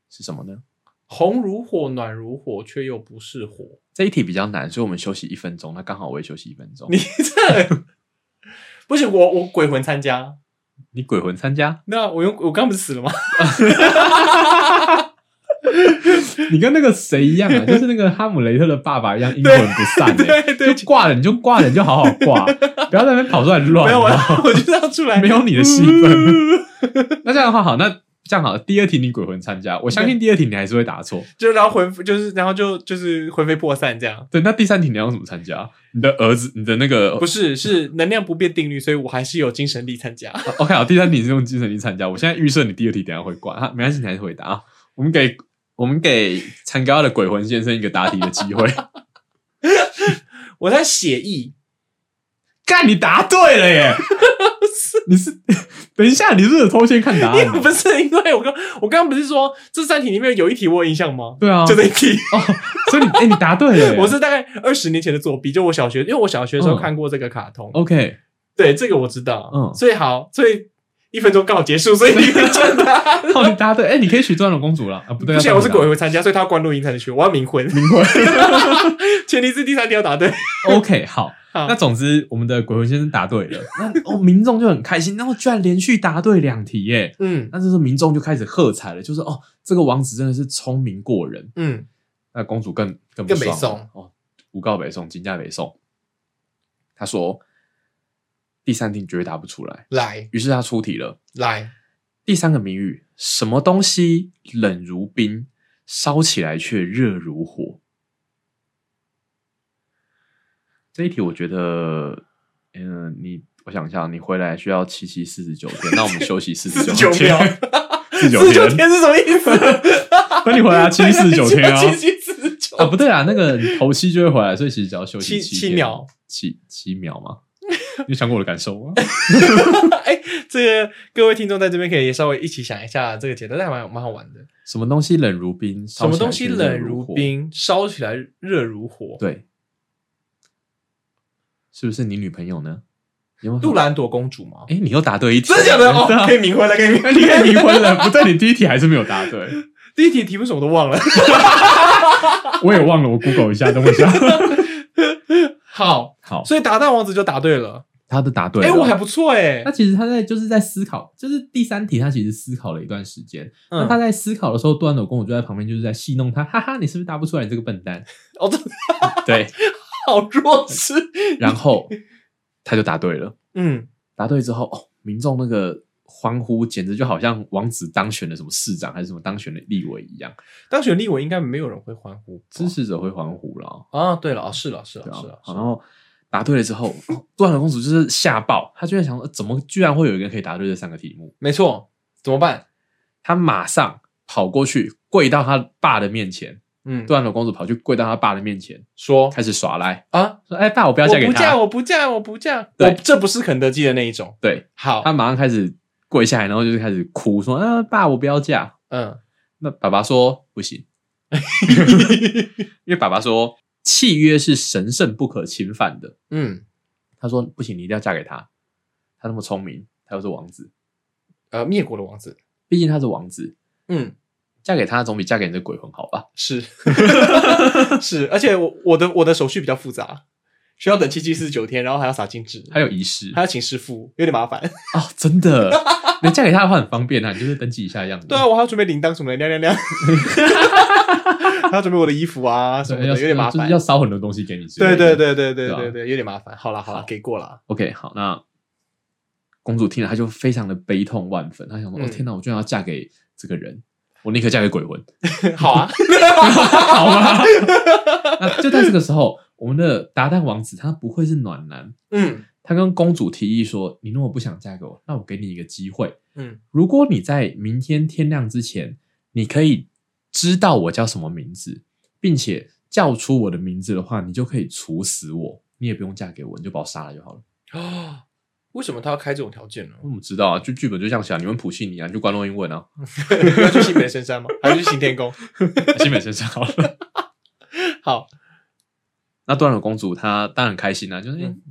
Speaker 1: 是什么呢？
Speaker 2: 红如火，暖如火，却又不是火。
Speaker 1: 这一题比较难，所以我们休息一分钟。那刚好我也休息一分钟。
Speaker 2: 你这 [laughs] 不行，我我鬼魂参加，
Speaker 1: 你鬼魂参加？
Speaker 2: 那我用我刚不是死了吗？
Speaker 1: 你跟那个谁一样啊，就是那个哈姆雷特的爸爸一 [laughs] 样，阴魂不散、欸。
Speaker 2: [laughs] 对 [laughs] 对，
Speaker 1: 就挂了你就挂了，你就好好
Speaker 2: [laughs]
Speaker 1: 挂，不要在那边跑出来乱。
Speaker 2: 没有我 [laughs] 嗯
Speaker 1: 好不好
Speaker 2: 我就这样出来，
Speaker 1: 没有你的戏份。 [laughs] 那这样的话好，那这样好了，第二题你鬼魂参加，我相信第二题你还是会答错。
Speaker 2: [laughs] 就然后魂就是然后就就是魂飞魄散这样。
Speaker 1: 对，那第三题你要用什么参加？你的儿子，你的那个
Speaker 2: 不是，是能量不变定律，所以我还是有精神力参加。
Speaker 1: 哦 OK 好，第三题是用精神力参加。我现在预设你第二题等一下会挂，啊，没关系，你还是回答啊。我们给我们给参加的鬼魂先生一个答题的机会。
Speaker 2: [laughs] 我在写意，
Speaker 1: 干，你答对了
Speaker 2: [laughs]
Speaker 1: 耶！你是 [laughs] 等一下，你是不是有偷先看答
Speaker 2: 因为
Speaker 1: 案？
Speaker 2: [laughs] 不是因为我刚我刚刚不是说这三题里面有一题我有印象吗？
Speaker 1: 对啊，
Speaker 2: 就这一题，
Speaker 1: 哦，所以你哎、你答对了耶。
Speaker 2: [laughs] 我是大概二十年前的作弊，就我小学，因为我小学的时候
Speaker 1: 嗯
Speaker 2: 看过这个卡通，
Speaker 1: OK，
Speaker 2: 对这个我知道，
Speaker 1: 嗯啊
Speaker 2: 所以好，所以一分钟刚好结束，所以你可 [laughs] 以真的
Speaker 1: 哦，你答对，哎、你可以娶钻龙公主了啊？不对，啊
Speaker 2: 不行，
Speaker 1: 要
Speaker 2: 我是
Speaker 1: 当
Speaker 2: 鬼
Speaker 1: 回
Speaker 2: 会参加，所以他要关录音才能学，我要冥
Speaker 1: [laughs]
Speaker 2: 婚，冥 [laughs] 婚，前提是第三题要答对，
Speaker 1: 答。OK，好。
Speaker 2: 好
Speaker 1: 那总之，我们的鬼魂先生答对了，那哦，民众就很开心，然后居然连续答对两题耶！
Speaker 2: 嗯
Speaker 1: 那这时候民众就开始喝彩了，就是哦，这个王子真的是聪明过人。
Speaker 2: 嗯，
Speaker 1: 那公主更更不
Speaker 2: 更北
Speaker 1: 爽
Speaker 2: 宋
Speaker 1: 哦，诬告北宋，金价北宋。她说第三题绝对答不出来，
Speaker 2: 来
Speaker 1: 于是她出题了。
Speaker 2: 来，
Speaker 1: 第三个谜语：什么东西冷如冰，烧起来却热如火？这一题我觉得，嗯、你我想一下，你回来需要七七四十九天，那我们休息四十
Speaker 2: 49
Speaker 1: 天，四十
Speaker 2: 四
Speaker 1: 九
Speaker 2: 十九
Speaker 1: 天，
Speaker 2: 天是什么意思？
Speaker 1: 等你回来七七四十九天啊，
Speaker 2: 七七四十九
Speaker 1: 啊，不对啊，那个头七就会回来，所以其实只要休息
Speaker 2: 七
Speaker 1: 天
Speaker 2: 七秒，
Speaker 1: 七七秒嘛。你有想过我的感受吗？
Speaker 2: [laughs] 哎，这个各位听众在这边可以稍微一起想一下这个节奏，但还蛮蛮好玩的。
Speaker 1: 什么东西冷如冰？
Speaker 2: 什
Speaker 1: 什
Speaker 2: 么东西冷
Speaker 1: 如
Speaker 2: 如
Speaker 1: 火？
Speaker 2: 冰，烧起来热如火？
Speaker 1: 对，是不是你女朋友呢？有没有？
Speaker 2: 杜兰朵公主吗？
Speaker 1: 哎，你又答对一题，
Speaker 2: 真的
Speaker 1: [laughs]
Speaker 2: 假的？
Speaker 1: 对
Speaker 2: 哦，
Speaker 1: 啊
Speaker 2: 可以冥婚了，可以冥
Speaker 1: [laughs]
Speaker 2: 婚。
Speaker 1: 你也离婚了，不对，你第一题还是没有答对，
Speaker 2: [laughs] 第一题题目什么都忘了。
Speaker 1: 我也忘了，我 Google 一下，等我一
Speaker 2: [laughs]
Speaker 1: 下。
Speaker 2: 好，
Speaker 1: 好，
Speaker 2: 所以打蛋王子就答对了。
Speaker 1: 他都答对啊
Speaker 2: 哎，
Speaker 1: 了。
Speaker 2: 我还不错哎
Speaker 1: 他。其实他在就是在思考，就是第三题他其实思考了一段时间。那他
Speaker 2: 嗯，
Speaker 1: 在思考的时候，端斗公主就在旁边就是在戏弄他，哈哈，你是不是答不出来？你这个笨蛋。
Speaker 2: 哦，真的
Speaker 1: 对，
Speaker 2: 好弱智。
Speaker 1: 然后他就答对了。
Speaker 2: [laughs] 嗯，
Speaker 1: 答对之后，哦，民众那个欢呼，简直就好像王子当选了什么市长还是什么当选的立委一样，
Speaker 2: 当选立委应该没有人会欢呼。
Speaker 1: 支持者会欢呼啦，
Speaker 2: 啊，对了，哦，是了，是
Speaker 1: 对
Speaker 2: 了，
Speaker 1: 啊
Speaker 2: 是了，。是
Speaker 1: 然
Speaker 2: 了
Speaker 1: 后答对了之后，哦断了公主就是吓爆，她居然想说，呃怎么居然会有一个人可以答对这三个题目？
Speaker 2: 没错。怎么办？
Speaker 1: 她马上跑过去跪到她爸的面前，
Speaker 2: 嗯，
Speaker 1: 断了公主跑去跪到她爸的面前，
Speaker 2: 说
Speaker 1: 开始耍赖，
Speaker 2: 啊，
Speaker 1: 说：“哎，爸，我不要
Speaker 2: 我
Speaker 1: 嫁给
Speaker 2: 不嫁，
Speaker 1: 他。
Speaker 2: 我不嫁，我不嫁。
Speaker 1: 对
Speaker 2: 我这不是肯德基的那一种。”
Speaker 1: 对，
Speaker 2: 好
Speaker 1: 她，马上开始跪下来，然后就是开始哭，说：“啊，爸，我不要嫁。”
Speaker 2: 嗯，
Speaker 1: 那爸爸说不行， [laughs] 因为爸爸说契约是神圣不可侵犯的。
Speaker 2: 嗯，
Speaker 1: 他说不行，你一定要嫁给他，他那么聪明，他又是王子，
Speaker 2: 呃，灭国的王子，
Speaker 1: 毕竟他是王子，
Speaker 2: 嗯，
Speaker 1: 嫁给他总比嫁给你这鬼魂好吧？ [laughs]
Speaker 2: 是是，而且我我的我的手续比较复杂，需要等七七四十九天，然后还要撒金纸，
Speaker 1: 还有仪式
Speaker 2: 还要请师傅，有点麻烦。
Speaker 1: 哦，真的，你嫁给他的话很方便啊，你就是登记一下样子。
Speaker 2: 对啊，我还要准备铃铛什么的，亮 [laughs] 亮亮，还要准备我的衣服啊什
Speaker 1: 对，
Speaker 2: 么的，
Speaker 1: 要
Speaker 2: 有点麻
Speaker 1: 就
Speaker 2: 烦
Speaker 1: 是要。烧很多东西给你之类的。
Speaker 2: 对对对对对
Speaker 1: 对啊
Speaker 2: 对对，有点麻烦。好啦好啦，给过啦。
Speaker 1: OK，好，那公主听了，她就非常的悲痛万分，她想说：“
Speaker 2: 嗯
Speaker 1: 哦天哪，我居然要嫁给这个人！”我宁可嫁给鬼魂，
Speaker 2: 好 [laughs] 啊，
Speaker 1: 好吗？ [laughs] 那就在这个时候，我们的达旦王子他不愧是暖男，
Speaker 2: 嗯
Speaker 1: 他跟公主提议说：“你如果不想嫁给我，那我给你一个机会，
Speaker 2: 嗯
Speaker 1: 如果你在明天天亮之前，你可以知道我叫什么名字，并且叫出我的名字的话，你就可以处死我，你也不用嫁给我，你就把我杀了就好了。
Speaker 2: 啊，为什么他要开这种条件呢？
Speaker 1: 我们知道啊，就剧本就这样写啊，你问普信尼啊，你就关录音问啊，
Speaker 2: [laughs]
Speaker 1: [laughs]
Speaker 2: 要去新北深山吗？还是去行天宫？
Speaker 1: 新美身上好了。 [laughs]
Speaker 2: 好
Speaker 1: 那断了公主她当然很开心啊，就是、
Speaker 2: 嗯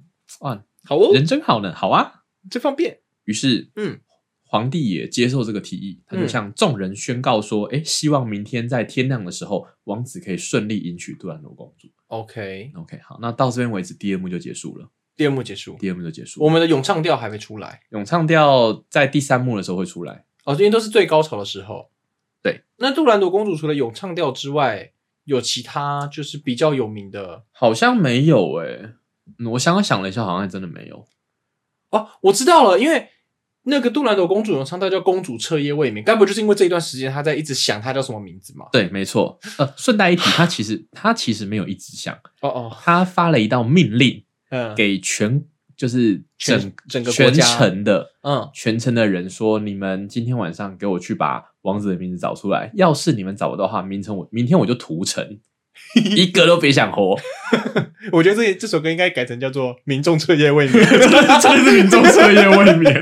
Speaker 1: 哎啊，
Speaker 2: 好哦，
Speaker 1: 人真好呢，好啊。
Speaker 2: 这方便。
Speaker 1: 于是，
Speaker 2: 嗯，
Speaker 1: 皇帝也接受这个提议，他就
Speaker 2: 嗯
Speaker 1: 向众人宣告说：“哎、希望明天在天亮的时候，王子可以顺利迎娶杜兰罗公主。”
Speaker 2: OK，
Speaker 1: OK，好，那到这边为止，第二幕就结束了。
Speaker 2: 第二幕结束，
Speaker 1: 第二幕就结束了。
Speaker 2: 我们的咏唱调还没出来
Speaker 1: 咏唱调在第三幕的时候会出来，
Speaker 2: 哦，因为都是最高潮的时候。
Speaker 1: 对，
Speaker 2: 那杜兰朵公主除了咏唱调之外，有其他就是比较有名的
Speaker 1: 好像没有诶、嗯我想想了一下，好像还真的没有。
Speaker 2: 哦，我知道了，因为那个杜兰朵公主咏唱调叫《公主彻夜未眠》，该不就是因为这一段时间她在一直想她叫什么名字吗？
Speaker 1: 对，没错。呃，顺带一提，他其实他其实没有一直想，
Speaker 2: 哦哦，
Speaker 1: 他发了一道命令
Speaker 2: 嗯，
Speaker 1: 给全就是
Speaker 2: 全
Speaker 1: 整
Speaker 2: 整个国
Speaker 1: 全
Speaker 2: 家
Speaker 1: 城的
Speaker 2: 嗯
Speaker 1: 全城的人说，你们今天晚上给我去把王子的名字找出来。要是你们找不到的话，明天我明天我就屠 [laughs] 城，一个都别想活。
Speaker 2: 我觉得这这首歌应该改成叫做《民众彻夜未眠》， [laughs]
Speaker 1: 真的真的是民众彻夜未眠。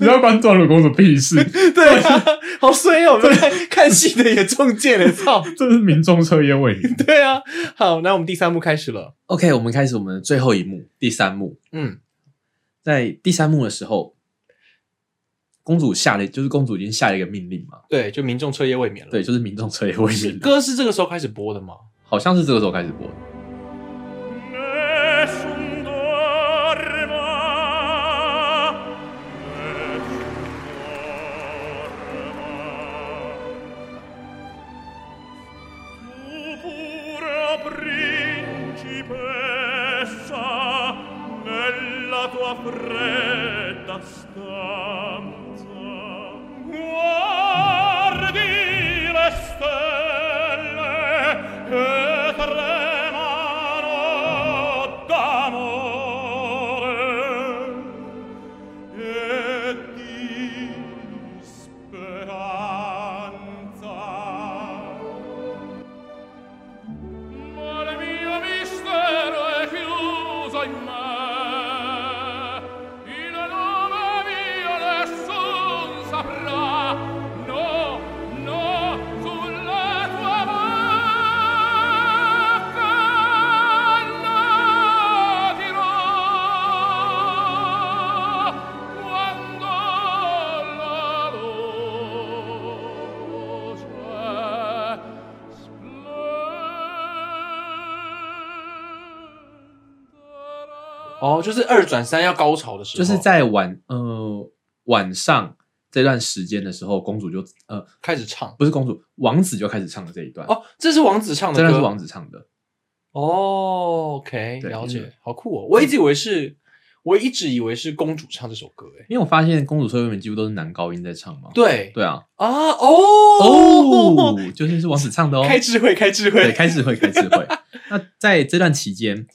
Speaker 1: 你要关断了公主屁事，
Speaker 2: [laughs] 对啊，好衰哦！我们看看戏的也中箭了，操！
Speaker 1: 这是民众彻夜未眠。
Speaker 2: 对啊，好，那我们第三幕开始了。
Speaker 1: OK，我们开始我们的最后一幕，第三幕。
Speaker 2: 嗯
Speaker 1: 在第三幕的时候，公主下了，就是公主已经下了一个命令嘛，，
Speaker 2: 对，就民众彻夜未眠了。
Speaker 1: 对，，就是民众彻 [laughs] 夜未
Speaker 2: 是
Speaker 1: 眠，
Speaker 2: 歌是这个时候开始播的吗？
Speaker 1: 好像是这个时候开始播的。
Speaker 3: Nessun dorma, nessun dorma. Tu pure, o principessa, nella tua fredda stanza, guardi le stelle e tremano d'amore e di speranza. Ma il mio mistero è chiuso in me, il nome mio nessun saprà, no, no, sulla tua bocca lo dirò quando la voce
Speaker 2: 哦，就是二转三要高潮的时候，
Speaker 1: 就是在晚呃晚上这段时间的时候，公主就呃
Speaker 2: 开始唱。
Speaker 1: 不是公主，王子就开始唱了这一段，
Speaker 2: 哦，这是王子唱的
Speaker 1: 这
Speaker 2: 歌，
Speaker 1: 段是王子唱的。
Speaker 2: 哦，OK，
Speaker 1: 对
Speaker 2: 了
Speaker 1: 嗯
Speaker 2: 解，好酷哦！我一直以为是，我一直以为是公主唱这首歌，哎，
Speaker 1: 因为我发现公主社会面几乎都是男高音在唱嘛。
Speaker 2: 对
Speaker 1: 对啊，
Speaker 2: 啊，哦，
Speaker 1: 哦，就是是王子唱的哦。
Speaker 2: [laughs] 开智慧，开智
Speaker 1: 对，
Speaker 2: 慧，
Speaker 1: 开智慧，开智慧。那在这段期间，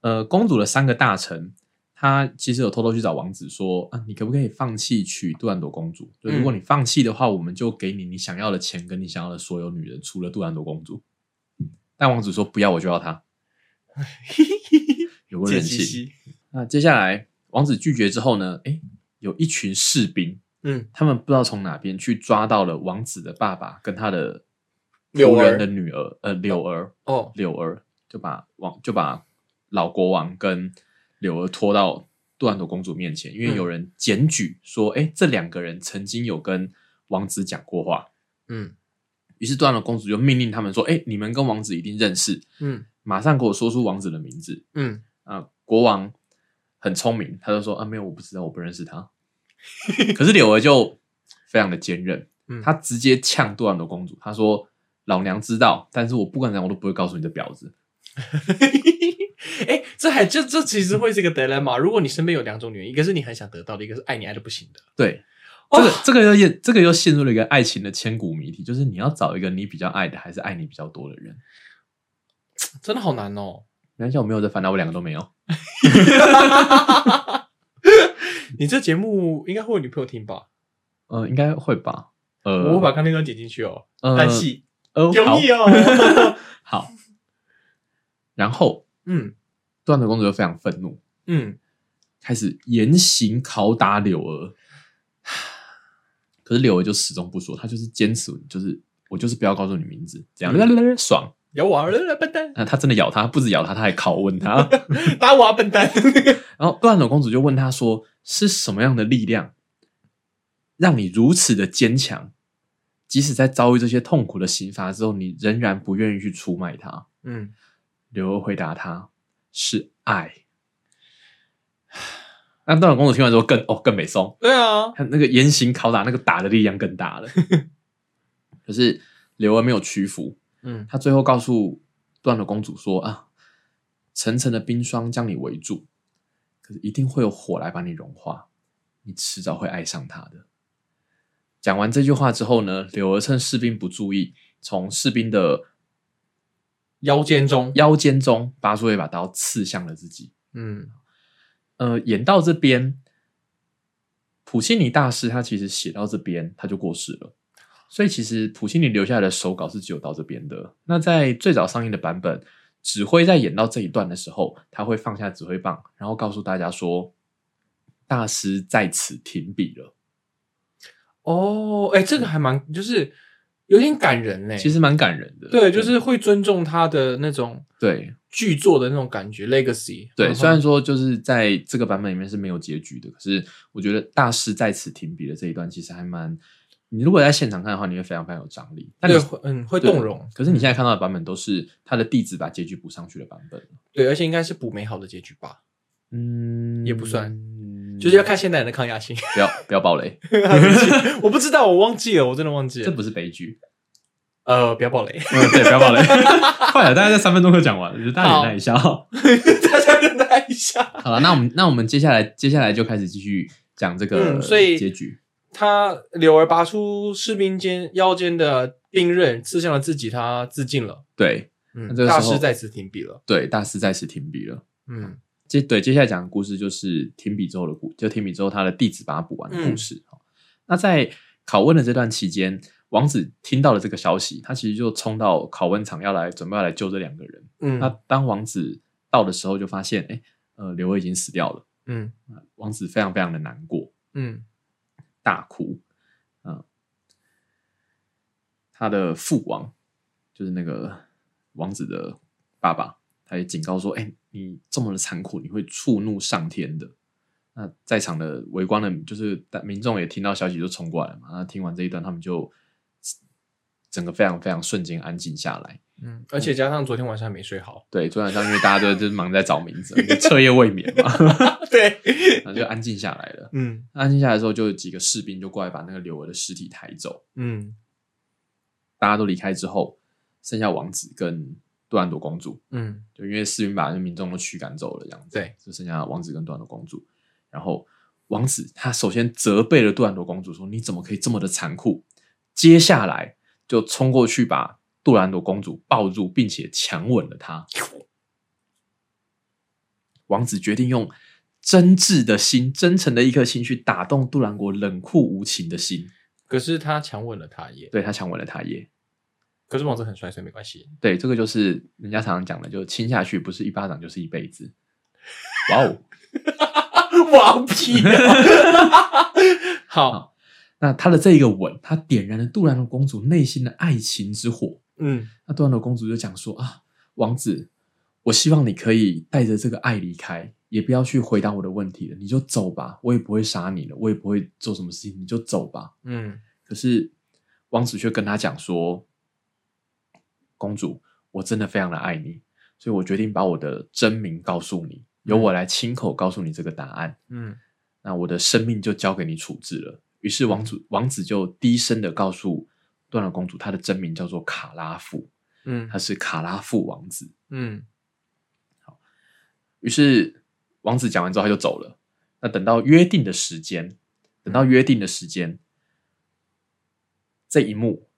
Speaker 1: 呃，公主的三个大臣，他其实有偷偷去找王子说啊，你可不可以放弃娶杜兰朵公主？就如果
Speaker 2: 嗯
Speaker 1: 你放弃的话，我们就给你你想要的钱跟你想要的所有女人，除了杜兰朵公主。但王子说不要，我就要
Speaker 2: [laughs]
Speaker 1: 她，有个
Speaker 2: 杰
Speaker 1: 任
Speaker 2: 西
Speaker 1: 性。
Speaker 2: 西，
Speaker 1: 那接下来王子拒绝之后呢？诶，有一群士兵，
Speaker 2: 嗯，
Speaker 1: 他们不知道从哪边去抓到了王子的爸爸跟他的
Speaker 2: 柳
Speaker 1: 仆人
Speaker 2: 儿
Speaker 1: 的女儿，呃，柳儿。
Speaker 2: 哦，
Speaker 1: 柳儿就把王就把老国王跟柳儿拖到杜兰朵公主面前，因为
Speaker 2: 嗯
Speaker 1: 有人检举说，哎、这两个人曾经有跟王子讲过话。
Speaker 2: 嗯
Speaker 1: 于是杜兰朵公主就命令他们说，哎、你们跟王子一定认识，
Speaker 2: 嗯
Speaker 1: 马上给我说出王子的名字。
Speaker 2: 嗯，
Speaker 1: 啊、国王很聪明，他就说啊，没有，我不知道，我不认识他。可是柳儿就非常的坚韧，
Speaker 2: 嗯
Speaker 1: 她直接呛杜兰朵公主，她说：“老娘知道，但是我不管怎样，我都不会告诉你的婊子。”
Speaker 2: 哎、这还这这其实会是一个 dilemma。如果你身边有两种女人，一个是你很想得到的，一个是爱你爱的不行的。
Speaker 1: 对，这个这个又陷这个又陷入了一个爱情的千古谜题，就是你要找一个你比较爱的，还是爱你比较多的人？
Speaker 2: 真的好难哦。
Speaker 1: 你看，像我没有在烦恼，我两个都没有。
Speaker 2: 你这节目应该会有女朋友听吧？
Speaker 1: 呃，应该会吧。呃，
Speaker 2: 我会把刚那段剪进去哦，
Speaker 1: 呃
Speaker 2: 但戏
Speaker 1: 呃
Speaker 2: 容
Speaker 1: 好
Speaker 2: 易哦。
Speaker 1: 好。然后，
Speaker 2: 嗯
Speaker 1: 段的公主就非常愤怒，
Speaker 2: 嗯，
Speaker 1: 开始严刑拷打柳儿。可是柳儿就始终不说，她就是坚持，就是我就是不要告诉你名字，这样、 [laughs] 爽。
Speaker 2: 咬我啊，笨蛋，
Speaker 1: 那她真的咬他，不止咬他，他还拷问他。
Speaker 2: 打我啊，笨蛋。
Speaker 1: 然后段朵公主就问他说：“是什么样的力量，让你如此的坚强？即使在遭遇这些痛苦的刑罚之后，你仍然不愿意去出卖他？”
Speaker 2: 嗯，
Speaker 1: 刘娥回答他：“是爱。” [sighs] 那段朵公主听完之后更哦更美松，
Speaker 2: 对啊，
Speaker 1: [laughs] 她那个严刑拷打那个打的力量更大了。 [laughs] 可是刘娥没有屈服，
Speaker 2: 嗯
Speaker 1: 她最后告诉段朵公主说：“啊，层层的冰霜将你围住，可是一定会有火来把你融化，你迟早会爱上他的。”讲完这句话之后呢，柳儿趁士兵不注意，从士兵的
Speaker 2: 腰间中，
Speaker 1: 腰间中拔出一把刀，刺向了自己。
Speaker 2: 嗯
Speaker 1: 呃，演到这边，普契尼大师他其实写到这边他就过世了，所以其实普契尼留下来的手稿是只有到这边的。那在最早上映的版本，指挥在演到这一段的时候，他会放下指挥棒，然后告诉大家说，大师在此停笔了。
Speaker 2: 哦，哎，这个还蛮就是有点感人嘞。
Speaker 1: 其实蛮感人的，
Speaker 2: 对，就是会尊重他的那种
Speaker 1: 对
Speaker 2: 剧作的那种感觉，legacy。
Speaker 1: 对。
Speaker 2: 嗯
Speaker 1: 虽然说就是在这个版本里面是没有结局的，可是我觉得大师在此停笔的这一段其实还蛮。你如果在现场看的话，你会非常非常有张力。但你
Speaker 2: 对，会嗯，会
Speaker 1: 对
Speaker 2: 动容，
Speaker 1: 可是你现在看到的版本都是他的弟子把结局补上去的版本，
Speaker 2: 对，而且应该是补美好的结局吧，
Speaker 1: 嗯，
Speaker 2: 也不算，就是要看现代人的抗压性。 [laughs]
Speaker 1: 不要不要暴雷，
Speaker 2: 我不知道，我忘记了，我真的忘记
Speaker 1: 这
Speaker 2: 了。
Speaker 1: 不是悲剧，
Speaker 2: 呃，不要爆雷，
Speaker 1: 嗯，对，不要暴雷， [laughs] 快了，大概在三分钟就讲完了，就是大家忍耐一 [laughs] 下哦。
Speaker 2: 大家忍耐一下。
Speaker 1: 好了，那我们那我们接下来接下来就开始继续讲这个
Speaker 2: 嗯所以
Speaker 1: 结局，
Speaker 2: 他柳儿拔出士兵间腰间的兵刃，刺向了自己，他自尽了。
Speaker 1: 对
Speaker 2: 嗯
Speaker 1: 那这，个
Speaker 2: 大
Speaker 1: 时候
Speaker 2: 师在此停笔了。
Speaker 1: 对，大师再次停笔了。
Speaker 2: 嗯
Speaker 1: 接对接下来讲的故事就是停笔之后的故，就停笔之后他的弟子把他补完的故事。哦那在拷问的这段期间，王子听到了这个消息，他其实就冲到拷问场要来准备要来救这两个人。那
Speaker 2: 嗯
Speaker 1: 当王子到的时候，就发现哎、诶呃，刘儿已经死掉了。
Speaker 2: 嗯
Speaker 1: 王子非常非常的难过，
Speaker 2: 嗯
Speaker 1: 大哭。嗯、他的父王就是那个王子的爸爸，他也警告说：“哎、你这么的残酷，你会触怒上天的。”那在场的围观的，就是民众也听到消息就冲过来嘛。那听完这一段，他们就整个非常非常瞬间安静下来。
Speaker 2: 嗯，而且加上昨天晚上没睡好。
Speaker 1: 对，昨天晚上因为大家都就是忙在找名字，就彻夜未眠嘛，
Speaker 2: [laughs]
Speaker 1: [laughs]
Speaker 2: 对，
Speaker 1: 然后就安静下来了。
Speaker 2: [laughs] 嗯
Speaker 1: 安静下来之后，就有几个士兵就过来把那个柳儿的尸体抬走。
Speaker 2: 嗯
Speaker 1: 大家都离开之后，剩下王子跟杜兰朵公主，
Speaker 2: 嗯
Speaker 1: 就因为士兵把那民众都驱赶走了，这样子，
Speaker 2: 对，
Speaker 1: 就剩下王子跟杜兰朵公主。然后王子他首先责备了杜兰朵公主说：“你怎么可以这么的残酷？”接下来就冲过去把杜兰朵公主抱住，并且强吻了她。王子决定用真挚的心、真诚的一颗心去打动杜兰国冷酷无情的心，
Speaker 2: 可是他强吻了他耶。
Speaker 1: 对他强吻了她耶。
Speaker 2: 可是王子很帅，所以没关系。
Speaker 1: 对，这个就是人家常常讲的，就亲下去不是一巴掌就是一辈子。哇哦！
Speaker 2: [laughs] 王屁、啊 [laughs] 好，
Speaker 1: 那他的这一个吻，他点燃了杜兰朵公主内心的爱情之火。
Speaker 2: 嗯
Speaker 1: 那杜兰朵公主就讲说啊，王子，我希望你可以带着这个爱离开，也不要去回答我的问题了，你就走吧，我也不会杀你了，我也不会做什么事情，你就走吧。
Speaker 2: 嗯
Speaker 1: 可是王子却跟他讲说，公主，我真的非常的爱你，所以我决定把我的真名告诉你，由我来亲口告诉你这个答案。
Speaker 2: 嗯
Speaker 1: 那我的生命就交给你处置了。于是王子王子就低声的告诉断了公主，她的真名叫做卡拉夫，
Speaker 2: 嗯
Speaker 1: 她是卡拉夫王子。
Speaker 2: 嗯
Speaker 1: 于是王子讲完之后他就走了。那等到约定的时间，等到约定的时间，这一幕，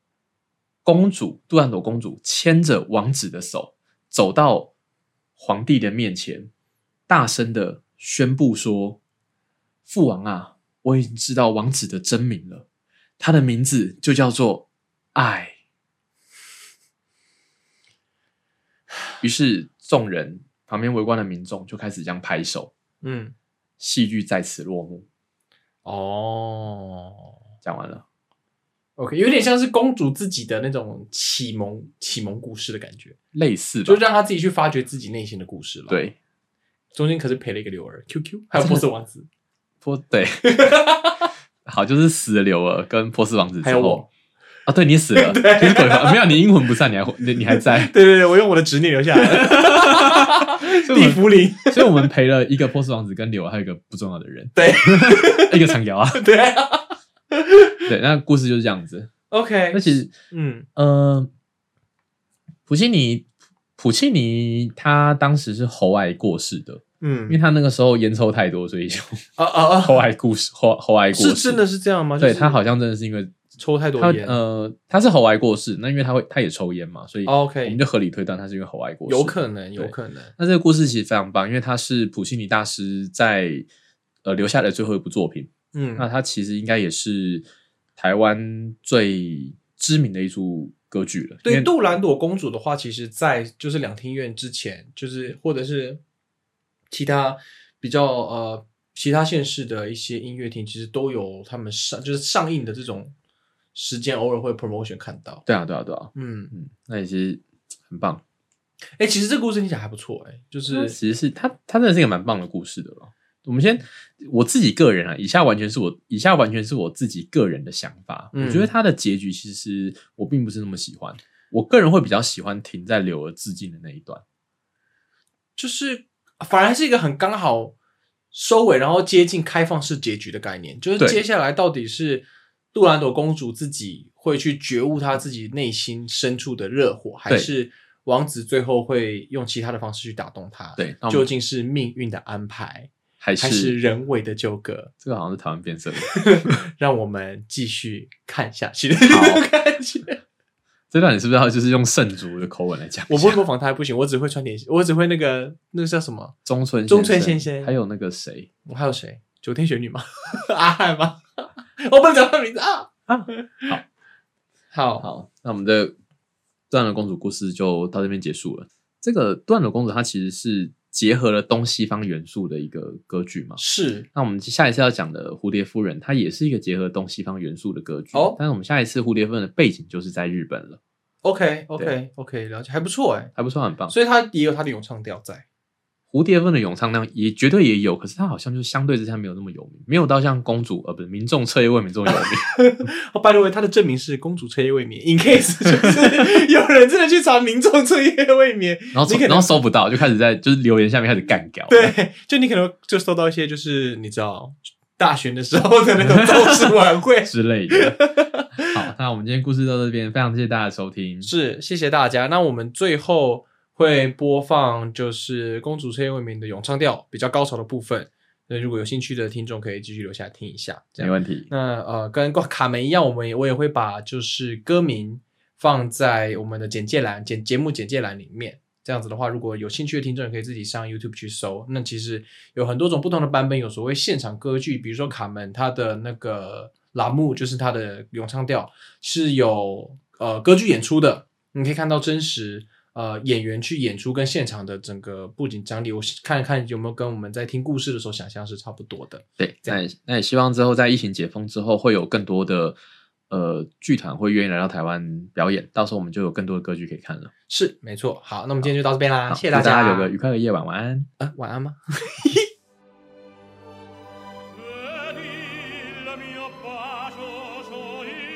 Speaker 1: 公主杜兰朵公主牵着王子的手走到皇帝的面前，大声的宣布说：“父王啊，我已经知道王子的真名了，他的名字就叫做爱。”于是众人旁边围观的民众就开始这样拍手，
Speaker 2: 嗯，
Speaker 1: 戏剧在此落幕。
Speaker 2: 哦
Speaker 1: 讲完了，
Speaker 2: ，OK，有点像是公主自己的那种启蒙启蒙故事的感觉，
Speaker 1: 类似吧
Speaker 2: 就？让她自己去发掘自己内心的故事了。，
Speaker 1: 对，
Speaker 2: 中间可是陪了一个刘儿，QQ，还有波斯王子，
Speaker 1: 波对，
Speaker 2: [laughs]
Speaker 1: 好，就是死了刘儿跟波斯王子之后，
Speaker 2: 还有我
Speaker 1: 啊，对你死
Speaker 2: [laughs]
Speaker 1: 了，你是鬼魂， [laughs] 没有你阴魂不散，你还你你还在，
Speaker 2: 对对对，我用我的执念留下 [laughs] 来，
Speaker 1: 所以我们
Speaker 2: 茯苓，
Speaker 1: 所以我们陪了一个波斯王子跟刘儿，还有一个不重要的人，
Speaker 2: 对，
Speaker 1: [laughs] 一个长瑶啊，
Speaker 2: [laughs] 对
Speaker 1: 对，那故事就是这样子。
Speaker 2: ，OK，
Speaker 1: 那其实
Speaker 2: 嗯
Speaker 1: 呃，普契尼，普契尼他当时是喉癌过世的，因为
Speaker 2: 嗯，
Speaker 1: 他那个时候烟抽太多，所以就
Speaker 2: 啊啊啊，
Speaker 1: 喉癌故事，喉喉癌过世
Speaker 2: 是真的是这样吗？
Speaker 1: 哦对
Speaker 2: 就是
Speaker 1: 他好像真的是因为
Speaker 2: 抽太
Speaker 1: 他
Speaker 2: 多烟，
Speaker 1: 呃他是喉癌过世，那因为他会他也抽烟嘛，所以
Speaker 2: 哦
Speaker 1: 我
Speaker 2: ，OK，
Speaker 1: 们就合理推断他是因为喉癌过世。
Speaker 2: 有可能，有
Speaker 1: 对
Speaker 2: 可能，
Speaker 1: 那这个故事其实非常棒，因为它是普契尼大师在呃留下的最后一部作品。
Speaker 2: 嗯
Speaker 1: 那它其实应该也是台湾最知名的一出歌剧了。因
Speaker 2: 对
Speaker 1: 为
Speaker 2: 杜兰朵公主的话，其实，在就是两厅院之前，就是或者是其他比较呃其他县市的一些音乐厅，其实都有他们上就是上映的这种时间，偶尔会 promotion 看到。
Speaker 1: 对啊，对啊，对啊，
Speaker 2: 嗯，
Speaker 1: 嗯，那也是很棒。
Speaker 2: 哎、其实这故事听起来还不错、诶哎，就是
Speaker 1: 它其实是它它真的是一个蛮棒的故事的了。我们先我自己个人啊，以下完全是我以下完全是我自己个人的想法。
Speaker 2: 嗯
Speaker 1: 我觉得它的结局其实我并不是那么喜欢，我个人会比较喜欢停在柳儿致敬的那一段。
Speaker 2: 就是反而是一个很刚好收尾，然后接近开放式结局的概念。就是
Speaker 1: 对
Speaker 2: 接下来到底是杜兰朵公主自己会去觉悟她自己内心深处的热火，还
Speaker 1: 对
Speaker 2: 是王子最后会用其他的方式去打动她？，
Speaker 1: 对，那我
Speaker 2: 究
Speaker 1: 们
Speaker 2: 竟是命运的安排，
Speaker 1: 还
Speaker 2: 还是人为的纠葛？
Speaker 1: 这个好像是台湾变色的。 [laughs]
Speaker 2: 让我们继续看下去。 [laughs]
Speaker 1: 好
Speaker 2: 感觉
Speaker 1: 这段你是不是要就是用圣族的口吻来讲一下？
Speaker 2: 我不会模仿她还不行，我只会穿点，我只会那个那个叫什么？
Speaker 1: [laughs] 中村
Speaker 2: 中村
Speaker 1: 先
Speaker 2: 先生
Speaker 1: 还有那个谁
Speaker 2: 我还有谁？九天玄女吗？ [laughs] 阿汉吗？ [laughs] 我不能讲他的名字啊！
Speaker 1: 啊，
Speaker 2: 好好，
Speaker 1: 好，那我们的断了公主故事就到这边结束了。这个断了公主它其实是结合了东西方元素的一个歌剧嘛。
Speaker 2: 是
Speaker 1: 那我们下一次要讲的蝴蝶夫人，它也是一个结合东西方元素的歌剧。
Speaker 2: 哦
Speaker 1: 但是我们下一次蝴蝶夫人的背景就是在日本了，
Speaker 2: OK OK OK，了解，还不错哎、
Speaker 1: 还不错，很棒。
Speaker 2: 所以他也有他的咏唱调在。
Speaker 1: 蝴蝶夫人的咏唱量也绝对也有，可是它好像就相对之下没有那么有名，没有到像公主呃不是民众彻夜未眠这么有
Speaker 2: [laughs]
Speaker 1: 名。
Speaker 2: 哦、b y the way，他的证明是公主彻夜未眠。In case 就是有人真的去查民众彻夜未眠，
Speaker 1: 然后
Speaker 2: 你可能
Speaker 1: 然后搜不到，就开始在就是留言下面开始干掉。。
Speaker 2: 对，就你可能就收到一些就是你知道大学的时候的那 [laughs] 种造势晚会
Speaker 1: 之类
Speaker 2: [laughs]
Speaker 1: 的。好，那我们今天故事到这边，非常谢谢大家的收听。
Speaker 2: 是，谢谢大家。那我们最后会播放就是《公主彻夜未眠》的咏唱调比较高潮的部分，那如果有兴趣的听众可以继续留下来听一下。这
Speaker 1: 没
Speaker 2: 样，
Speaker 1: 问题，
Speaker 2: 那呃，跟卡门一样，我们也我也会把就是歌名放在我们的简介栏简节目简介栏里面。这样子的话，如果有兴趣的听众，也可以自己上 YouTube 去搜。那其实有很多种不同的版本，有所谓现场歌剧，比如说卡门它的那个栏目，就是它的咏唱调，是有呃歌剧演出的，你可以看到真实呃演员去演出跟现场的整个布景张力，我看看有没有跟我们在听故事的时候想象是差不多的。
Speaker 1: 对，
Speaker 2: 这样
Speaker 1: 那也那也希望之后在疫情解封之后，会有更多的呃剧团会愿意来到台湾表演，到时候我们就有更多的歌剧可以看了。
Speaker 2: 是，没错。好，那我们今天就到这边啦，
Speaker 1: 好
Speaker 2: 啊谢谢
Speaker 1: 祝大
Speaker 2: 家，
Speaker 1: 有个愉快的夜晚，晚安。
Speaker 2: 呃晚安吗？
Speaker 3: Vedi il mio bacio, so io.